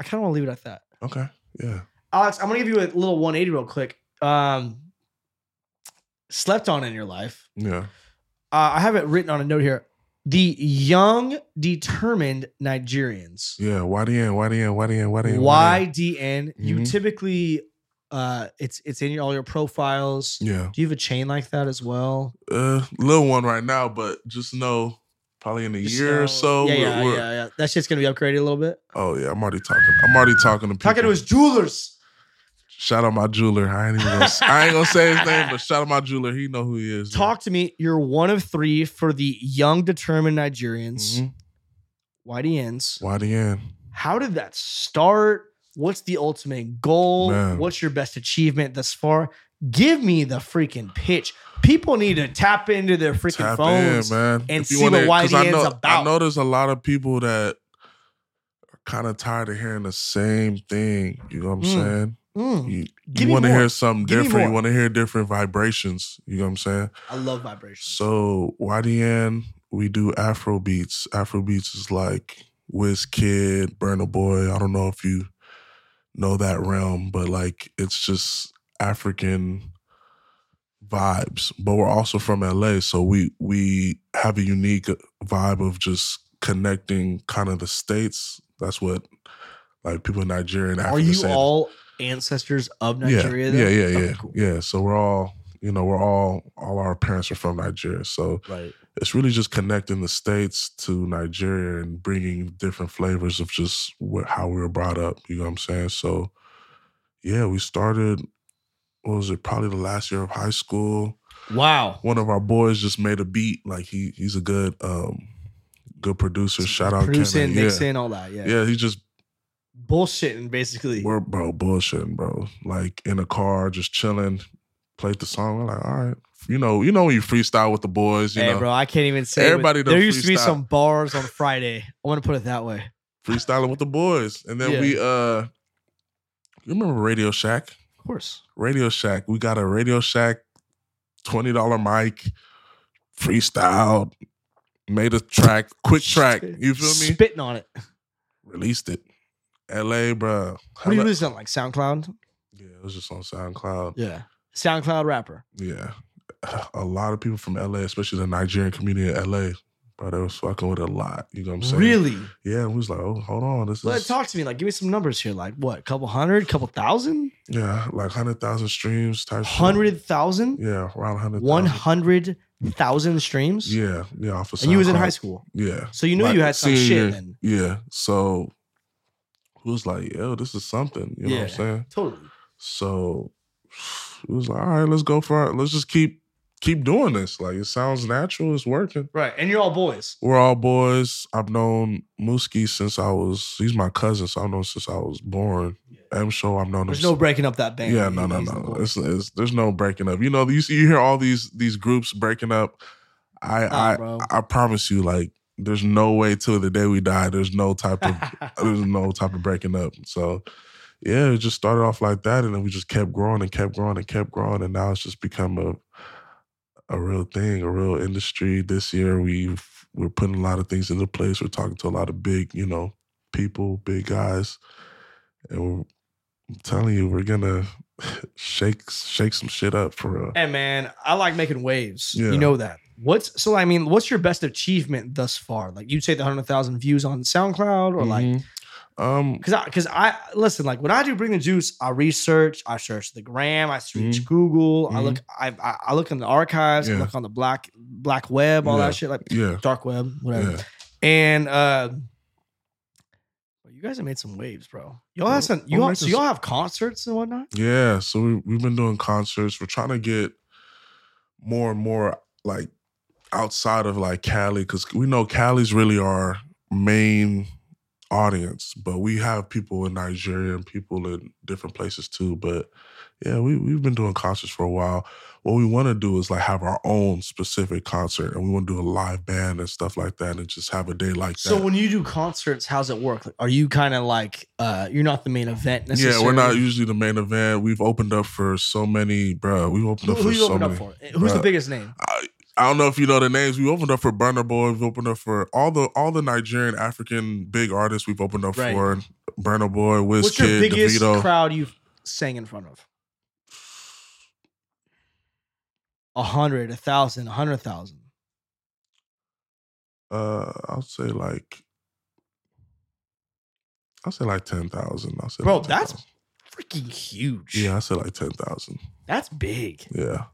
S1: I kind of want to leave it at that.
S2: Okay. Yeah.
S1: Alex, I'm gonna give you a little 180 real quick. Um, slept on in your life.
S2: Yeah.
S1: Uh, I have it written on a note here. The young, determined Nigerians.
S2: Yeah. YDN. YDN. YDN. YDN.
S1: YDN. You
S2: Mhm.
S1: typically, uh, it's it's in your, all your profiles.
S2: Yeah.
S1: Do you have a chain like that as well?
S2: Uh, little one right now, but just know probably in a
S1: Just
S2: year
S1: know-
S2: or so.
S1: Yeah,
S2: we're-
S1: yeah,
S2: we're-
S1: yeah, yeah. That shit's gonna be upgraded a little bit.
S2: Oh yeah, I'm already talking. I'm already talking to people.
S1: Talking to his jewelers.
S2: shout out my jeweler. I ain't even gonna, I ain't gonna say his name, but shout out my jeweler. He know who he is. man.
S1: Talk to me. You're one of three for the young, determined Nigerians,
S2: Mhm.
S1: YDNs.
S2: YDN.
S1: How did that start? What's the ultimate goal?
S2: Man.
S1: What's your best achievement thus far? Give me the freaking pitch. People need to tap into their freaking
S2: Tap
S1: phones.
S2: in, man.
S1: and
S2: If you
S1: see what
S2: 'cause I
S1: YDN 's
S2: know, I
S1: about.
S2: know there's a lot of people that are kind of tired of hearing the same thing. You know what I'm
S1: Mm.
S2: saying?
S1: Mm,
S2: You,
S1: Give
S2: you
S1: me
S2: want to
S1: more.
S2: hear something
S1: Give me
S2: different. You
S1: more.
S2: want to hear different vibrations. You know what I'm saying?
S1: I love vibrations.
S2: So YDN, we do Afro beats. Afro beats is like Wiz Kid, Burna Boy. I don't know if you know that realm, but like it's just African vibes. But we're also from LA, so we we have a unique vibe of just connecting kind of the states. That's what like people in Nigeria and Africa
S1: Are you
S2: say.
S1: all ancestors of Nigeria?
S2: yeah,
S1: though?
S2: yeah, yeah,
S1: Okay,
S2: yeah,
S1: cool.
S2: yeah. So we're all, you know, we're all all our parents are from Nigeria. So
S1: Right.
S2: it's really just connecting the states to Nigeria and bringing different flavors of just what, how we were brought up. You know what I'm saying? So, yeah, we started. What was it? Probably the last year of high school.
S1: Wow.
S2: One of our boys just made a beat. Like he he's a good um good producer. Shout out
S1: Producing,
S2: Kenan. Yeah.
S1: mixing, all that. Yeah.
S2: yeah, he just
S1: Bullshitting, basically.
S2: we're bro bullshitting, bro. Like in a car, just chilling. Played the song. We're like, all right, you know, you know when you freestyle with the boys, you
S1: hey,
S2: know,
S1: bro, I can't even say.
S2: Everybody
S1: Everybody
S2: done
S1: there used to be
S2: freestyle.
S1: some bars on Friday. I want to put it that way.
S2: freestyling with the boys, and then
S1: Yeah.
S2: we uh, you remember Radio Shack?
S1: Of course.
S2: Radio Shack. We got a Radio Shack twenty dollar mic, freestyled, made a track, quick track. You feel me?
S1: Spitting on it.
S2: Released it. L.A., bro.
S1: What do you listen on? Like SoundCloud?
S2: Yeah, it was just on SoundCloud.
S1: Yeah. SoundCloud rapper.
S2: Yeah. A lot of people from LA, especially the Nigerian community in LA, Bro, they was fucking with a lot. You know what I'm saying?
S1: Really?
S2: Yeah, we was like, oh, hold on. This
S1: But
S2: is
S1: talk to me. Like, give me some numbers here. Like, what? Couple hundred? Couple thousand?
S2: yeah, like hundred thousand streams type. shit.
S1: Hundred thousand?
S2: Yeah, around hundred.
S1: One hundred thousand streams?
S2: Yeah, yeah. Off of
S1: And you was in
S2: SoundCloud.
S1: high school,
S2: Yeah.
S1: so you knew
S2: Like,
S1: you had some
S2: senior-
S1: shit then.
S2: Yeah. So it was like, yo, this is something. You know what
S1: Yeah.
S2: I'm saying?
S1: Totally.
S2: So it was like, all right, let's go for it. Let's just keep keep doing this. Like it sounds natural. It's working.
S1: Right. And you're all boys.
S2: We're all boys. I've known Mooski since I was. He's my cousin, so I've known since I was born. I'm sure I've known
S1: There's
S2: him.
S1: no
S2: si-
S1: breaking up that band.
S2: yeah, no, no,
S1: He's the
S2: no.
S1: boy.
S2: It's, it's, there's no breaking up. You know, you see, you hear all these these groups breaking up. I
S1: Nah,
S2: I
S1: bro. *laughs*
S2: I promise you, like, there's no way till the day we die. There's no
S1: *laughs*
S2: type of there's no type of breaking up. So yeah, it just started off like that, and then we just kept growing and kept growing and kept growing, and now it's just become a a real thing, a real industry. This year we've we're putting a lot of things into place. We're talking to a lot of big, you know, people, big guys, and we're, I'm telling you, we're gonna *laughs* shake shake some shit up for real.
S1: Hey man, I like making waves.
S2: Yeah.
S1: You know that. What's so? I mean, what's your best achievement thus far? Like you'd say the hundred thousand views on SoundCloud, or like
S2: Mhm. um,
S1: because I because I listen like when I do bring the juice, I research, I search the gram, I search Google, I
S2: Mhm.
S1: look, I, I I look in the archives, I
S2: Yeah.
S1: look on the black black web, all
S2: Yeah.
S1: that shit, like
S2: yeah,
S1: dark web, whatever.
S2: yeah.
S1: And uh, well, you guys have made some waves, bro. Y'all
S2: Well,
S1: have some,
S2: we're
S1: y'all so
S2: making
S1: y'all have concerts and whatnot.
S2: Yeah, so we, we've been doing concerts. We're trying to get more and more like outside of like Cali because we know Cali's really our main audience, but we have people in Nigeria and people in different places too. But yeah, we we've been doing concerts for a while. What we want to do is like have our own specific concert, and we want to do a live band and stuff like that, and just have a day like
S1: So
S2: that.
S1: when you do concerts, how's it work? Like, are you kind of like uh you're not the main event necessarily?
S2: Yeah, we're not usually the main event. We've opened up for so many, bruh. We've opened
S1: Who,
S2: up
S1: who
S2: for
S1: you
S2: so
S1: opened
S2: many.
S1: up for? Who's the
S2: Bruh.
S1: biggest name?
S2: I, I don't know if you know the names. We opened up for Burner Boy. We've opened up for all the all the Nigerian African big artists. We've opened up
S1: Right.
S2: for Burner Boy, Wiz
S1: What's your
S2: Kid,
S1: biggest
S2: DeVito.
S1: crowd you've sang in front of? A hundred, a thousand, a hundred thousand.
S2: uh, I'll say like, I'll say like ten thousand. I'll say,
S1: Bro,
S2: like
S1: that's-
S2: 10,000.
S1: Freaking huge.
S2: yeah. I say like ten thousand.
S1: That's big.
S2: Yeah.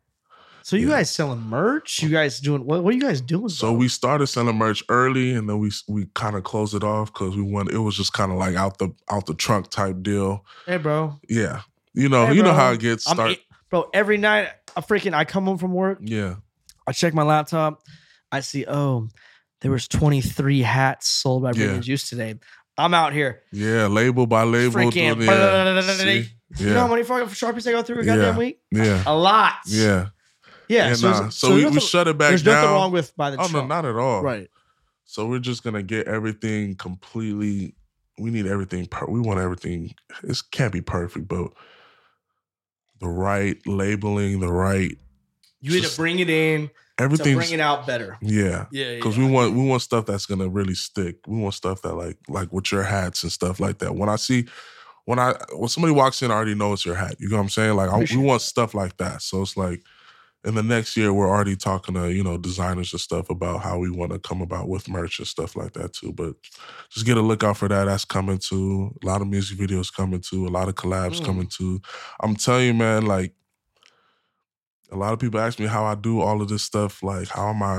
S1: So you
S2: Yeah.
S1: guys selling merch? You guys doing what what are you guys doing?
S2: So
S1: bro?
S2: we started selling merch early, and then we we kind of closed it off because we want it was just kind of like out the out the trunk type deal.
S1: Hey bro.
S2: Yeah. You know,
S1: Hey,
S2: you know
S1: bro.
S2: how it gets.
S1: I'm
S2: Start.
S1: e- bro, every night I freaking I come home from work,
S2: yeah.
S1: I check my laptop. I see, oh, there was 23 hats sold by Bring
S2: Yeah.
S1: the Juice today. I'm out here.
S2: Yeah, label by label.
S1: Freaking
S2: doing the- yeah. See?
S1: You know how
S2: Yeah.
S1: many fucking Sharpies I go through a
S2: Yeah.
S1: goddamn week? *laughs*
S2: Yeah.
S1: A lot.
S2: Yeah.
S1: Yeah.
S2: Yeah,
S1: so,
S2: nah.
S1: it's-
S2: so,
S1: so
S2: we,
S1: there's
S2: we
S1: nothing-
S2: shut it back
S1: there's
S2: down.
S1: nothing wrong with by the
S2: oh no,
S1: Trump.
S2: not at all.
S1: Right.
S2: So we're just gonna get everything completely. We need everything. Per- we want everything. It can't be perfect, but the right labeling, the right
S1: You need to
S2: Just-
S1: bring it in to
S2: everything.
S1: bring it out better.
S2: Yeah.
S1: Yeah. yeah,
S2: Cause
S1: yeah.
S2: we want we want stuff that's gonna really stick. We want stuff that like like with your hats and stuff like that. When I see when I when somebody walks in, I already know it's your hat. You know what I'm saying? Like I, we
S1: Appreciate
S2: want stuff like that. So it's like in the next year, we're already talking to you know designers and stuff about how we want to come about with merch and stuff like that too. But just get a lookout for that. That's coming too. A lot of music videos coming too. A lot of collabs
S1: Mm.
S2: coming too. I'm telling you, man. Like a lot of people ask me how I do all of this stuff. Like how am I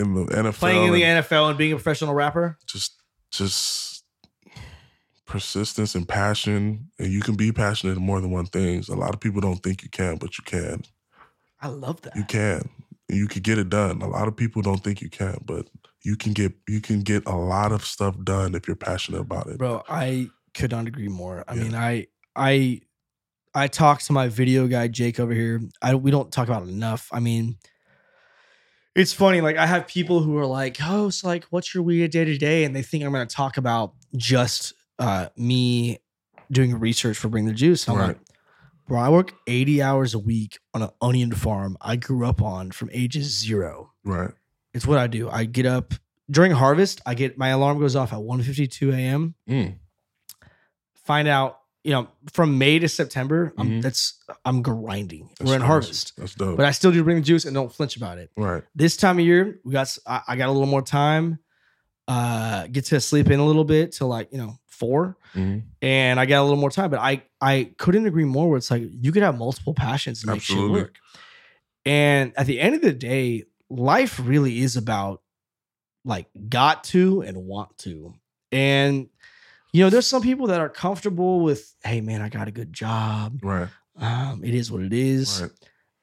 S2: in the NFL?
S1: Playing in the
S2: and-
S1: NFL and being a professional rapper.
S2: just just persistence and passion and you can be passionate in more than one thing a lot of people don't think you can but you can
S1: I love that.
S2: you can and you can get it done a lot of people don't think you can but you can get you can get a lot of stuff done if you're passionate about it
S1: bro i could not agree more i
S2: Yeah.
S1: mean i i i talked to my video guy jake over here i we don't talk about it enough i mean it's funny like i have people who are like oh it's like what's your weird day to day and they think i'm going to talk about just uh me doing research for bring the juice i'm
S2: Right.
S1: like bro i work 80 hours a week on an onion farm i grew up on from ages zero
S2: right
S1: it's what I do. I get up during harvest. I get my alarm goes off at 1:52 a.m.
S2: Mm.
S1: Find out you know, from May to September, I'm,
S3: Mhm.
S1: that's I'm grinding.
S2: That's
S1: We're in
S2: dope.
S1: harvest,
S2: That's dope.
S1: but I still do bring the juice and don't flinch about it.
S2: right.
S1: This time of year, we got s- I, I got a little more time. Uh, get to sleep in a little bit till like you know four,
S3: Mhm.
S1: and I got a little more time. But I I couldn't agree more. Where it's like you could have multiple passions and make
S2: Absolutely.
S1: shit work. And at the end of the day, life really is about like got to and want to. And you know, there's some people that are comfortable with, hey man, I got a good job.
S2: Right.
S1: Um, it is what it is.
S2: Right.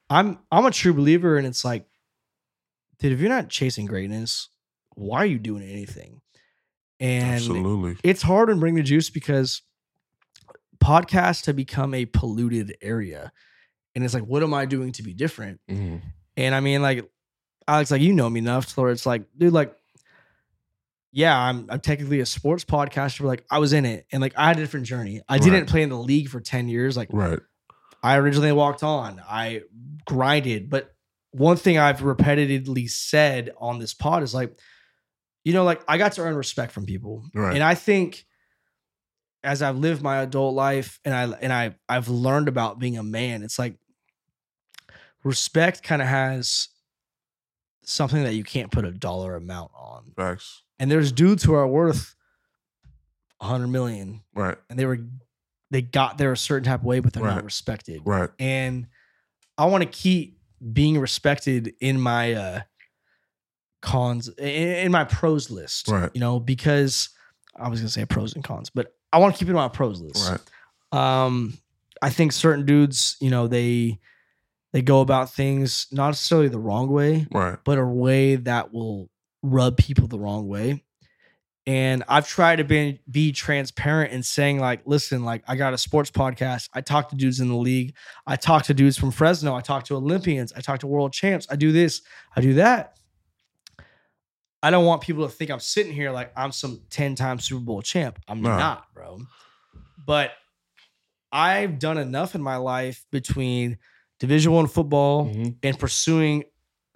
S1: I'm I'm a true believer, and it's like, dude, if you're not chasing greatness, why are you doing anything? And
S2: Absolutely.
S1: it's hard on bring the juice because podcasts have become a polluted area. And it's like, what am I doing to be different?
S3: Mhm.
S1: And I mean, like, Alex, like you know me enough to where it's like, dude, like, yeah, I'm I'm technically a sports podcaster, but like I was in it and like I had a different journey. I
S2: Right.
S1: didn't play in the league for 10 years. Like
S2: Right.
S1: I originally walked on, I grinded. But one thing I've repetitively said on this pod is like, you know, like I got to earn respect from people.
S2: Right.
S1: And I think as I've lived my adult life and I and I I've learned about being a man, it's like respect kind of has something that you can't put a dollar amount on.
S2: Facts.
S1: And there's dudes who are worth 100 million
S2: Right.
S1: and they were they got there a certain type of way but they're
S2: Right.
S1: not respected.
S2: Right.
S1: And I want to keep being respected in my uh cons in, in my pros list.
S2: Right.
S1: You know, because I was gonna say pros and cons, but I want to keep it on my pros list.
S2: Right.
S1: Um I think certain dudes, you know, they they go about things not necessarily the wrong way,
S2: Right.
S1: but a way that will rub people the wrong way. And I've tried to be, be transparent in saying, like, listen, like, I got a sports podcast. I talk to dudes in the league. I talk to dudes from Fresno. I talk to Olympians. I talk to world champs. I do this. I do that. I don't want people to think I'm sitting here like I'm some 10 time Super Bowl champ. I'm
S2: No.
S1: not, bro. But I've done enough in my life between Division One football,
S3: Mhm.
S1: and pursuing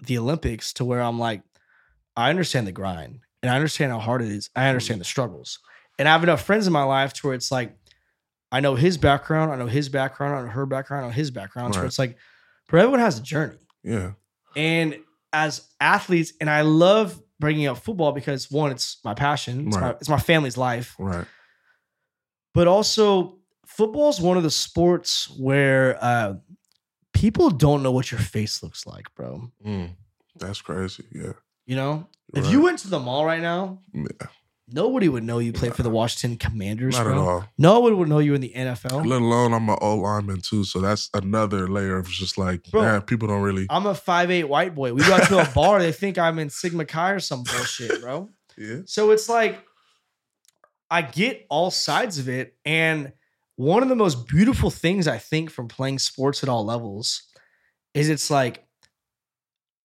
S1: the Olympics to where I'm like, I understand the grind and I understand how hard it is.
S2: Mm-hmm.
S1: I understand the struggles. And I have enough friends in my life to where it's like, I know his background, I know his background, I know her background, I know his background. So
S2: Right.
S1: it's like, but everyone has a journey.
S2: Yeah.
S1: And as athletes, and I love bringing up football because one, it's my passion, it's, my,
S2: Right.
S1: it's my family's life
S2: Right.
S1: but also football is one of the sports where uh, people don't know what your face looks like, bro.
S3: Mhm.
S2: That's crazy. Yeah.
S1: You know, Mm. if
S2: Right.
S1: you went to the mall right now,
S2: Yeah.
S1: nobody would know you played for the Washington Commanders.
S2: Not at
S1: bro.
S2: all.
S1: No one would know you in the NFL.
S2: Let alone I'm an old lineman too, so that's another layer of just like
S1: Bro. Uh,
S2: man, people don't really.
S1: I'm a 5'8 white boy. We go out to
S2: *laughs*
S1: a bar, they think I'm in Sigma Chi or some bullshit, bro.
S2: Yeah.
S1: So it's like I get all sides of it. And one of the most beautiful things I think from playing sports at all levels is it's like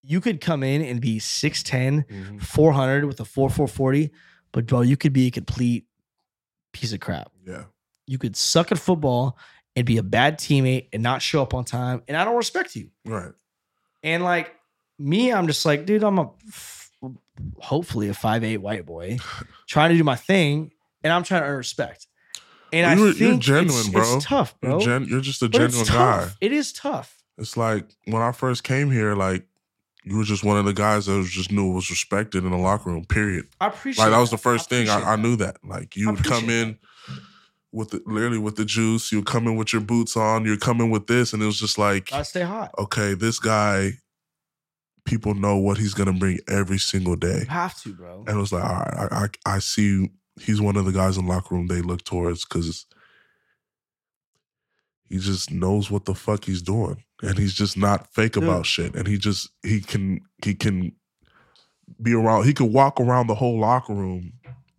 S1: you could come in and be 6'10,
S3: Mhm.
S1: 400 with a 4440, but bro, you could be a complete piece of crap.
S2: Yeah.
S1: You could suck at football and be a bad teammate and not show up on time. And I don't respect you.
S2: Right.
S1: And like me, I'm just like, dude, I'm a f- hopefully a five eight white
S2: *sighs*
S1: boy trying to do my thing, and I'm trying to earn respect. And
S2: You're-
S1: I
S2: you're
S1: think it's-
S2: genuine,
S1: it's,
S2: bro.
S1: tough, bro.
S2: You're, gen- you're just a
S1: But it's
S2: genuine guy.
S1: tough. It is tough.
S2: It's like when I first came here, like you were just one of the guys that was just knew was respected in the locker room. Period.
S1: I appreciate.
S2: Like that was the
S1: that.
S2: first thing
S1: appreciate
S2: I, I
S1: that.
S2: knew that. Like
S1: I
S2: you would come
S1: appreciate
S2: in with the, literally with the juice. You would come in with your boots on. You're coming with this, and it was just like,
S1: Gotta stay hot.
S2: okay, this guy. People know what he's gonna bring every single day,
S1: You have to, bro.
S2: and it was like, all right, I I, I see he's one of the guys in the locker room they look towards because he just knows what the fuck he's doing, and he's just not fake
S1: Dude.
S2: about shit, and he just he can he can be around. He could walk around the whole locker room,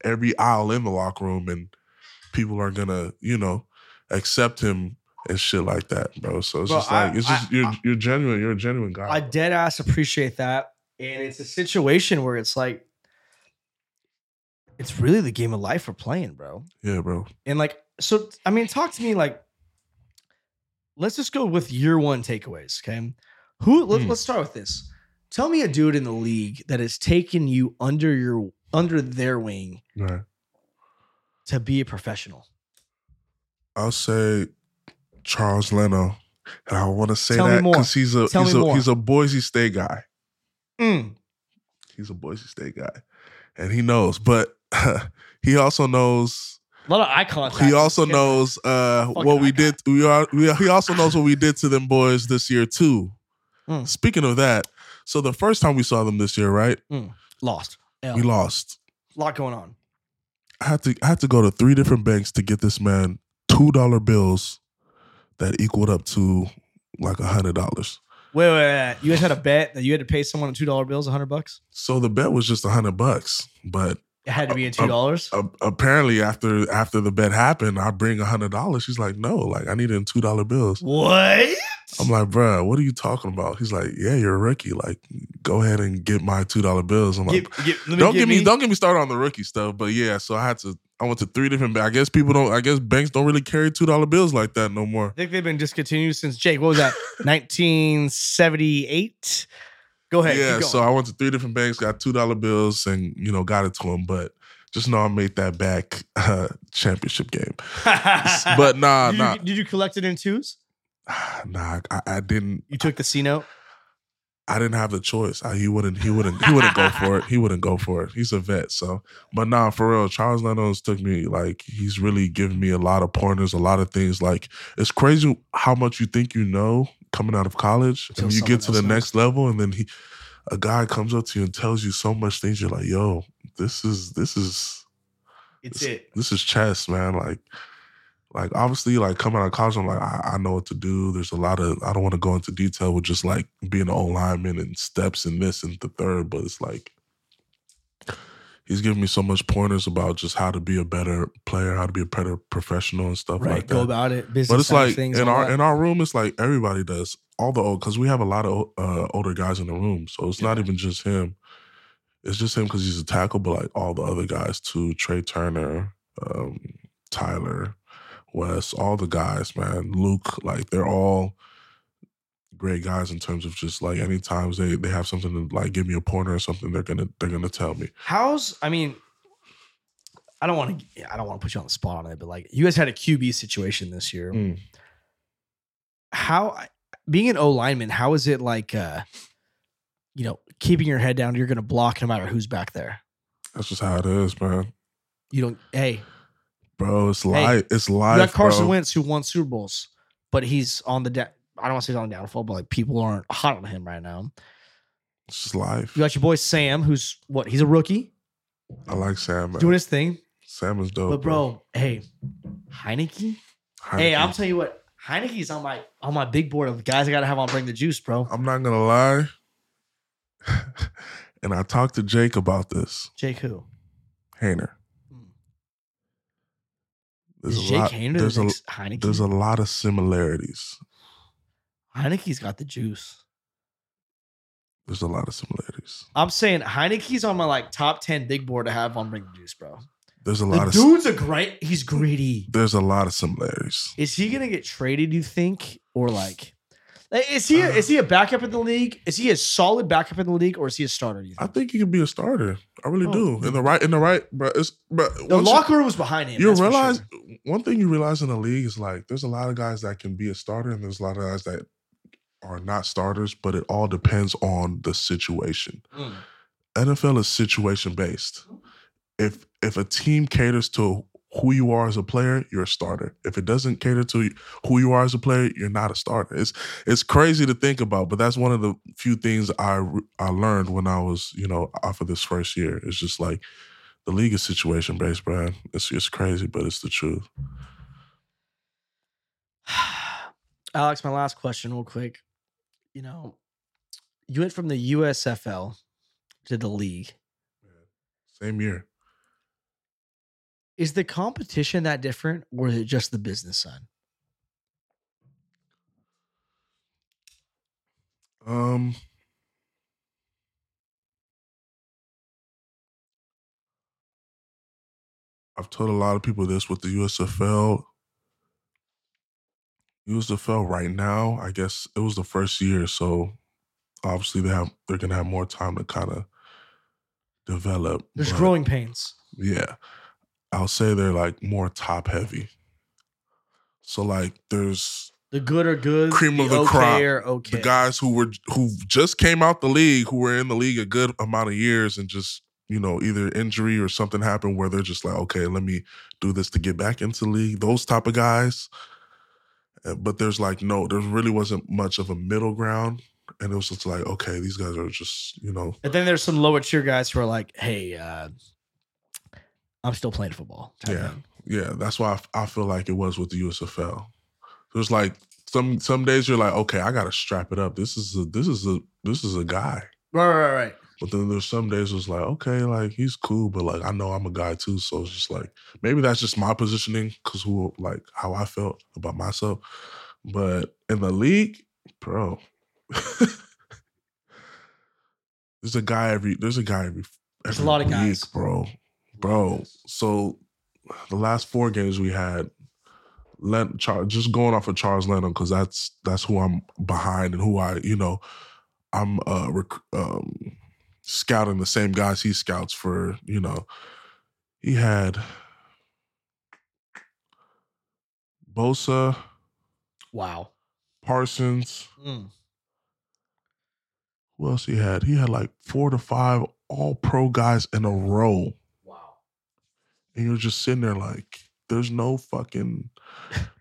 S2: every aisle in the locker room, and people are gonna, you know, accept him and shit like that, bro. So it's
S1: Bro,
S2: just like
S1: I-
S2: it's just
S1: I-
S2: you're
S1: I-
S2: you're genuine. You're a genuine guy.
S1: I dead ass appreciate that, and it's a situation where it's like, it's really the game of life we're playing, bro.
S2: yeah, bro.
S1: And like, so I mean, talk to me like, let's just go with year one takeaways. Okay. Who let,
S3: Hmm.
S1: let's start with this. Tell me a dude in the league that has taken you under your under their wing
S2: Right.
S1: to be a professional.
S2: I'll say Charles Leno, and I want to say
S1: Tell me
S2: that
S1: more.
S2: because he's a
S1: Tell
S2: he's
S1: me
S2: a
S1: more.
S2: he's a Boise State guy.
S1: Mm.
S2: He's a Boise State guy, and he knows. But *laughs* he also knows.
S1: A lot of eye contact.
S2: He also knows uh, what
S1: Fucking
S2: we
S1: icon.
S2: did. We are. We, he also knows what we did to them boys this year too.
S1: Mm.
S2: Speaking of that, so the first time we saw them this year, right?
S1: Lost. Yeah.
S2: We lost.
S1: lot going on.
S2: I had to I had to go to three different banks to get this man two dollar bills that equaled up to like a hundred dollars.
S1: Wait, wait, wait. You guys had a bet that you had to pay someone two dollar bills, hundred bucks.
S2: So the bet was just a hundred bucks, but
S1: It had to be in
S2: Um,
S1: two dollars.
S2: a- apparently after after the bet happened, I bring a hundred dollars. She's like, no, like I need it in two dollar bills.
S1: What?
S2: I'm like, bruh, what are you talking about? He's like, yeah, you're a rookie. Like, go ahead and get my two dollar bills. I'm like,
S1: Get- get- let me
S2: um, don't
S1: get
S2: get me,
S1: me-
S2: don't get me started on the rookie stuff. But yeah, so I had to. I went to three different. ba- I guess people don't. I guess banks don't really carry two dollar bills like that no more.
S1: I think they've been discontinued since Jake. What was
S2: *laughs*
S1: that? Nineteen seventy eight. Go ahead.
S2: yeah,
S1: keep going. *laughs*
S2: so I went to three different banks, got two dollar bills, and you know got it to him. But just know I made that back uh, championship game.
S1: *laughs*
S2: But nah,
S1: did you,
S2: nah,
S1: did you collect it in twos?
S2: *sighs* nah. I, I didn't.
S1: You took the C note.
S2: I didn't have the choice. I, he wouldn't. He wouldn't. He wouldn't go for it. He wouldn't go for it. He's a vet. So, but nah, for real, Charles Leno's took me like he's really given me a lot of pointers, a lot of things. Like it's crazy how much you think you know coming out of college,
S1: Until
S2: and you
S1: someone
S2: get to the
S1: else knows.
S2: next level, and then he, a guy comes up to you and tells you so much things. You're like, yo, this is this is
S1: It's
S2: this-
S1: it.
S2: This is chess, man. Like, like obviously, like coming out of college, I'm like, I, I know what to do. There's a lot of I don't want to go into detail with just like being an old lineman and steps and this and the third, but it's like he's giving me so much pointers about just how to be a better player, how to be a better professional and stuff
S1: Right.
S2: like that.
S1: Go about it. Business.
S2: but it's
S1: side of
S2: like
S1: things,
S2: in
S1: all
S2: our
S1: that.
S2: in our room, it's like everybody does all the old because we have a lot of uh, older guys in the room, so it's not even just him. It's just him because he's a tackle, but like all the other guys too, Trey Turner, um, Tyler, Wes, all the guys, man, Luke, like they're all great guys in terms of just like any times they they have something to like give me a pointer or something, they're gonna they're gonna tell me.
S1: How's I mean, I don't want to I don't want to put you on the spot on it, but like you guys had a QB situation this year.
S2: Mm.
S1: How being an O lineman, how is it like uh you know, keeping your head down, you're gonna block no matter who's back there.
S2: That's just how it is, man.
S1: You don't hey,
S2: Bro, it's life. it's life.
S1: you got Carson
S2: bro.
S1: Wentz who won Super Bowls, but he's on the da- I don't want to say he's on the downfall, but like people aren't hot on him right now.
S2: It's just life.
S1: You got your boy Sam, who's what, he's a rookie,
S2: I like Sam. Man.
S1: doing his thing.
S2: Sam is dope.
S1: But bro, hey, Heineke. Hey,
S2: Heineken.
S1: I'm telling you what, Heineke's on my on my big board of guys I gotta have on bring the juice, bro.
S2: I'm not gonna lie. *laughs* and I talked to Jake about this.
S1: Jake who?
S2: Hainer.
S1: Hmm.
S2: There's
S1: Is
S2: a
S1: Jake
S2: lot.
S1: Hayner Hmm?
S2: there's
S1: the
S2: a
S1: next Heineke?
S2: there's a lot of similarities.
S1: Heineke's got the juice.
S2: There's a lot of similarities.
S1: I'm saying Heineke's on my like top ten big board to have on bring the juice, bro.
S2: There's a lot
S1: The
S2: of
S1: dude's a great. He's greedy.
S2: there's a lot of similarities.
S1: Is he gonna get traded? You think or like? like, Is he is he a backup in the league? Is he a solid backup in the league, or is he a starter? You
S2: I
S1: think?
S2: think he could be a starter. I really
S1: Oh.
S2: do. In the right, in the right, but it's but
S1: The locker room was behind him.
S2: you
S1: that's for
S2: realize
S1: sure.
S2: one thing you realize in the league is like there's a lot of guys that can be a starter and there's a lot of guys that are not starters, but it all depends on the situation.
S1: Mm.
S2: NFL is situation based. If if a team caters to who you are as a player, you're a starter. If it doesn't cater to who you are as a player, you're not a starter. It's it's crazy to think about, but that's one of the few things I re- I learned when I was you know off of this first year. It's just like the league is situation based, Brian. It's it's crazy, but it's the truth.
S1: *sighs* Alex, my last question, real quick. You know, you went from the USFL to the league.
S2: Same year.
S1: Is the competition that different, or is it just the business side?
S2: Um, I've told a lot of people this with the USFL. USFL right now, I guess it was the first year, so obviously they have they're gonna have more time to kind of develop.
S1: There's
S2: but-
S1: growing pains.
S2: Yeah, I'll say they're like more top heavy. So like there's
S1: The good are good.
S2: Cream
S1: the
S2: of the
S1: okay
S2: crop.
S1: Are okay.
S2: the guys who were who just came out the league, who were in the league a good amount of years and just, you know, either injury or something happened where they're just like, okay, let me do this to get back into the league. Those type of guys. Uh, But there's like no, there really wasn't much of a middle ground. And it was just like, okay, these guys are just, you know,
S1: And then there's some lower tier guys who are like, hey, uh, I'm still playing football. type
S2: Yeah.
S1: thing.
S2: Yeah, that's why I f- I, feel like it was with the USFL. There's like some some days you're like, okay, I gotta strap it up. This is a this is a this is a guy.
S1: Right, right, right.
S2: But then there's some days it's like, okay, like he's cool, but like I know I'm a guy too, so it's just like maybe that's just my positioning because who like how I felt about myself. But in the league, bro, *laughs* there's a guy every there's a guy every
S1: There's a
S2: every
S1: lot of
S2: week,
S1: guys.
S2: bro, bro. So the last four games we had, Len, Char, just going off of Charles Lennon because that's that's who I'm behind and who I you know I'm uh, rec- um, scouting the same guys he scouts for. You know, he had Bosa,
S1: Wow.
S2: Parsons.
S1: Mm.
S2: Who else he had? He had like four to five all pro guys in a row.
S1: Wow.
S2: and you're just sitting there like, there's no fucking,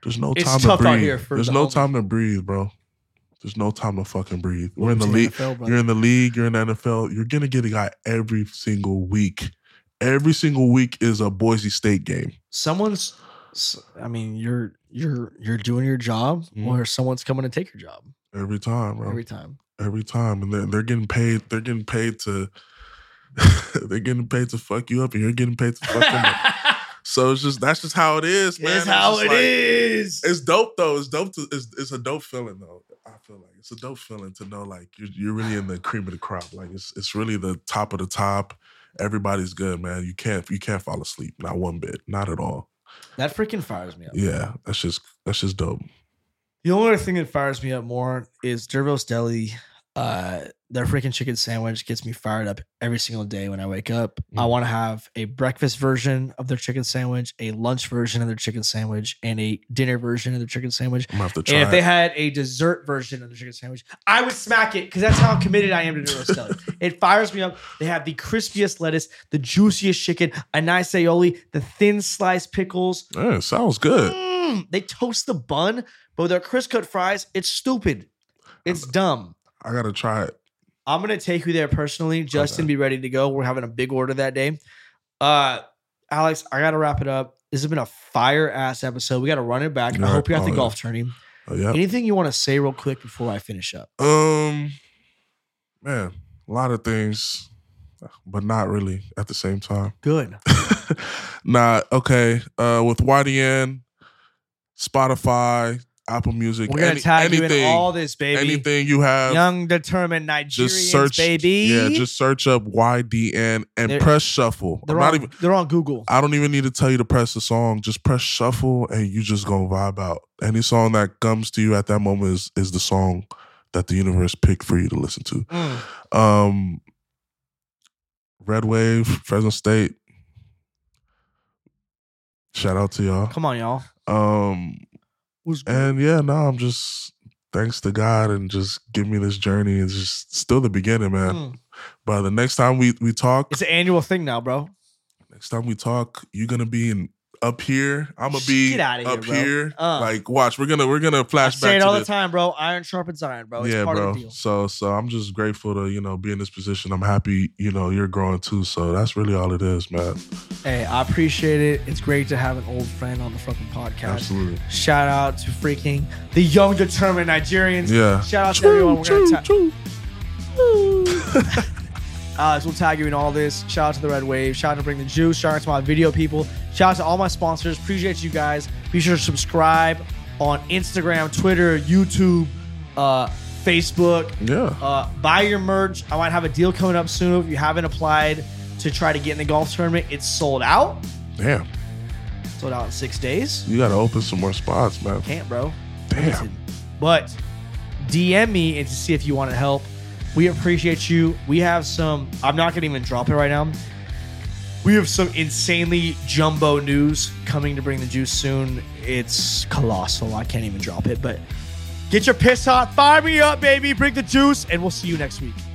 S2: there's no
S1: *laughs* It's
S2: time
S1: tough
S2: to
S1: out
S2: breathe.
S1: here for
S2: there's
S1: the
S2: no
S1: homies.
S2: time to breathe, bro. There's no time to fucking breathe. We're in the
S1: It's
S2: league.
S1: NFL, brother.
S2: You're in the league. You're in the NFL. You're gonna get a guy every single week. Every single week is a Boise State game.
S1: someone's s- I mean, you're you're you're doing your job
S2: Mhm.
S1: or someone's coming to take your job
S2: Every time, bro.
S1: every
S2: Every,
S1: time.
S2: time, and they're they're getting paid. They're getting paid to. *laughs* they're getting paid to fuck you up, and you're getting paid to
S1: *laughs*
S2: fuck them up. So it's just that's just how it is, man.
S1: it's how
S2: just
S1: it
S2: like-
S1: is.
S2: It's dope though. It's dope. To, it's it's a dope feeling though. I feel like it's a dope feeling to know like you're you're really in the cream of the crop. Like it's it's really the top of the top. Everybody's good, man. You can't you can't fall asleep. Not one bit. Not at all.
S1: that freaking fires me up.
S2: Yeah, that's just that's just dope.
S1: The only other thing that fires me up more is Dervos Deli. Uh, their freaking chicken sandwich gets me fired up every single day when I wake up. I
S2: Mm.
S1: want to have a breakfast version of their chicken sandwich, a lunch version of their chicken sandwich, and a dinner version of their chicken sandwich.
S2: I'm gonna have to
S1: And
S2: try.
S1: if they
S2: it.
S1: had a dessert version of the chicken sandwich, I would smack it because that's how committed I am to Dorito Deli. It fires me up. They have the crispiest lettuce, the juiciest chicken, a nice aioli, the thin sliced pickles.
S2: Yeah, it sounds good.
S1: Mm, they toast the bun, but with their crisp cut fries, it's stupid. It's dumb.
S2: I gotta try it.
S1: I'm gonna take you there personally. Justin, be ready to go. We're having a big order that day. Uh, Alex, I gotta wrap it up. This has been a fire ass episode. We gotta run it back. I
S2: Yeah.
S1: hope you're at the
S2: Oh, yeah.
S1: golf tourney.
S2: Oh, yeah.
S1: Anything you want to say real quick before I finish up?
S2: Um, man, a lot of things, but not really at the same time.
S1: Good.
S2: *laughs* nah, okay. Uh, with YDN, Spotify, Apple Music,
S1: We're gonna
S2: any-
S1: tag
S2: anything,
S1: you in all this, baby.
S2: anything you have,
S1: Young, determined Nigerians,
S2: just search,
S1: baby.
S2: yeah, just search up YDN and
S1: They're-
S2: press shuffle. I'm
S1: they're on,
S2: not even.
S1: they're on Google.
S2: I don't even need to tell you to press the song. Just press shuffle, and you just gonna vibe out. Any song that comes to you at that moment is is the song that the universe picked for you to listen to.
S1: Mm.
S2: Um, Red Wave, Fresno State. Shout out to y'all.
S1: Come on, y'all.
S2: Um,
S1: Who's
S2: and yeah, no, I'm just thanks to God and just give me this journey. It's just still the beginning, man.
S1: Mm.
S2: But the next time we we talk,
S1: It's an annual thing now, bro.
S2: next time we talk, you're gonna be in up here. I'm gonna
S1: Shh,
S2: be
S1: get outta here,
S2: up
S1: bro.
S2: here.
S1: Uh.
S2: like, watch, we're gonna we're gonna
S1: I
S2: flashback.
S1: say it
S2: to
S1: all the
S2: this.
S1: time, bro. Iron sharpens iron, bro. It's part of the deal.
S2: So so I'm just grateful to, you know, be in this position. I'm happy, you know, you're growing too. So that's really all it is, man.
S1: Hey, I appreciate it. It's great to have an old friend on the fucking podcast.
S2: Absolutely.
S1: Shout out to freaking the young, determined Nigerians.
S2: Yeah.
S1: Shout out to
S2: Choo,
S1: everyone. We're gonna
S2: choo,
S1: ta-
S2: choo.
S1: Alex, Uh, we'll tag you in all this. Shout out to the Red Wave. Shout out to Bring the Juice. Shout out to my video people. Shout out to all my sponsors. Appreciate you guys. Be sure to subscribe on Instagram, Twitter, YouTube, uh, Facebook.
S2: Yeah.
S1: Uh, buy your merch. I might have a deal coming up soon. If you haven't applied to try to get in the golf tournament, it's sold out.
S2: Damn.
S1: Sold out in six days.
S2: You gotta open some more spots, man.
S1: Can't, bro.
S2: Damn.
S1: But DM me and to see if you want to help. We appreciate you. We have some. I'm not gonna even drop it right now. We have some insanely jumbo news coming to bring the juice soon. It's colossal. I can't even drop it, but get your piss hot. Fire me up, baby. Bring the juice, and we'll see you next week.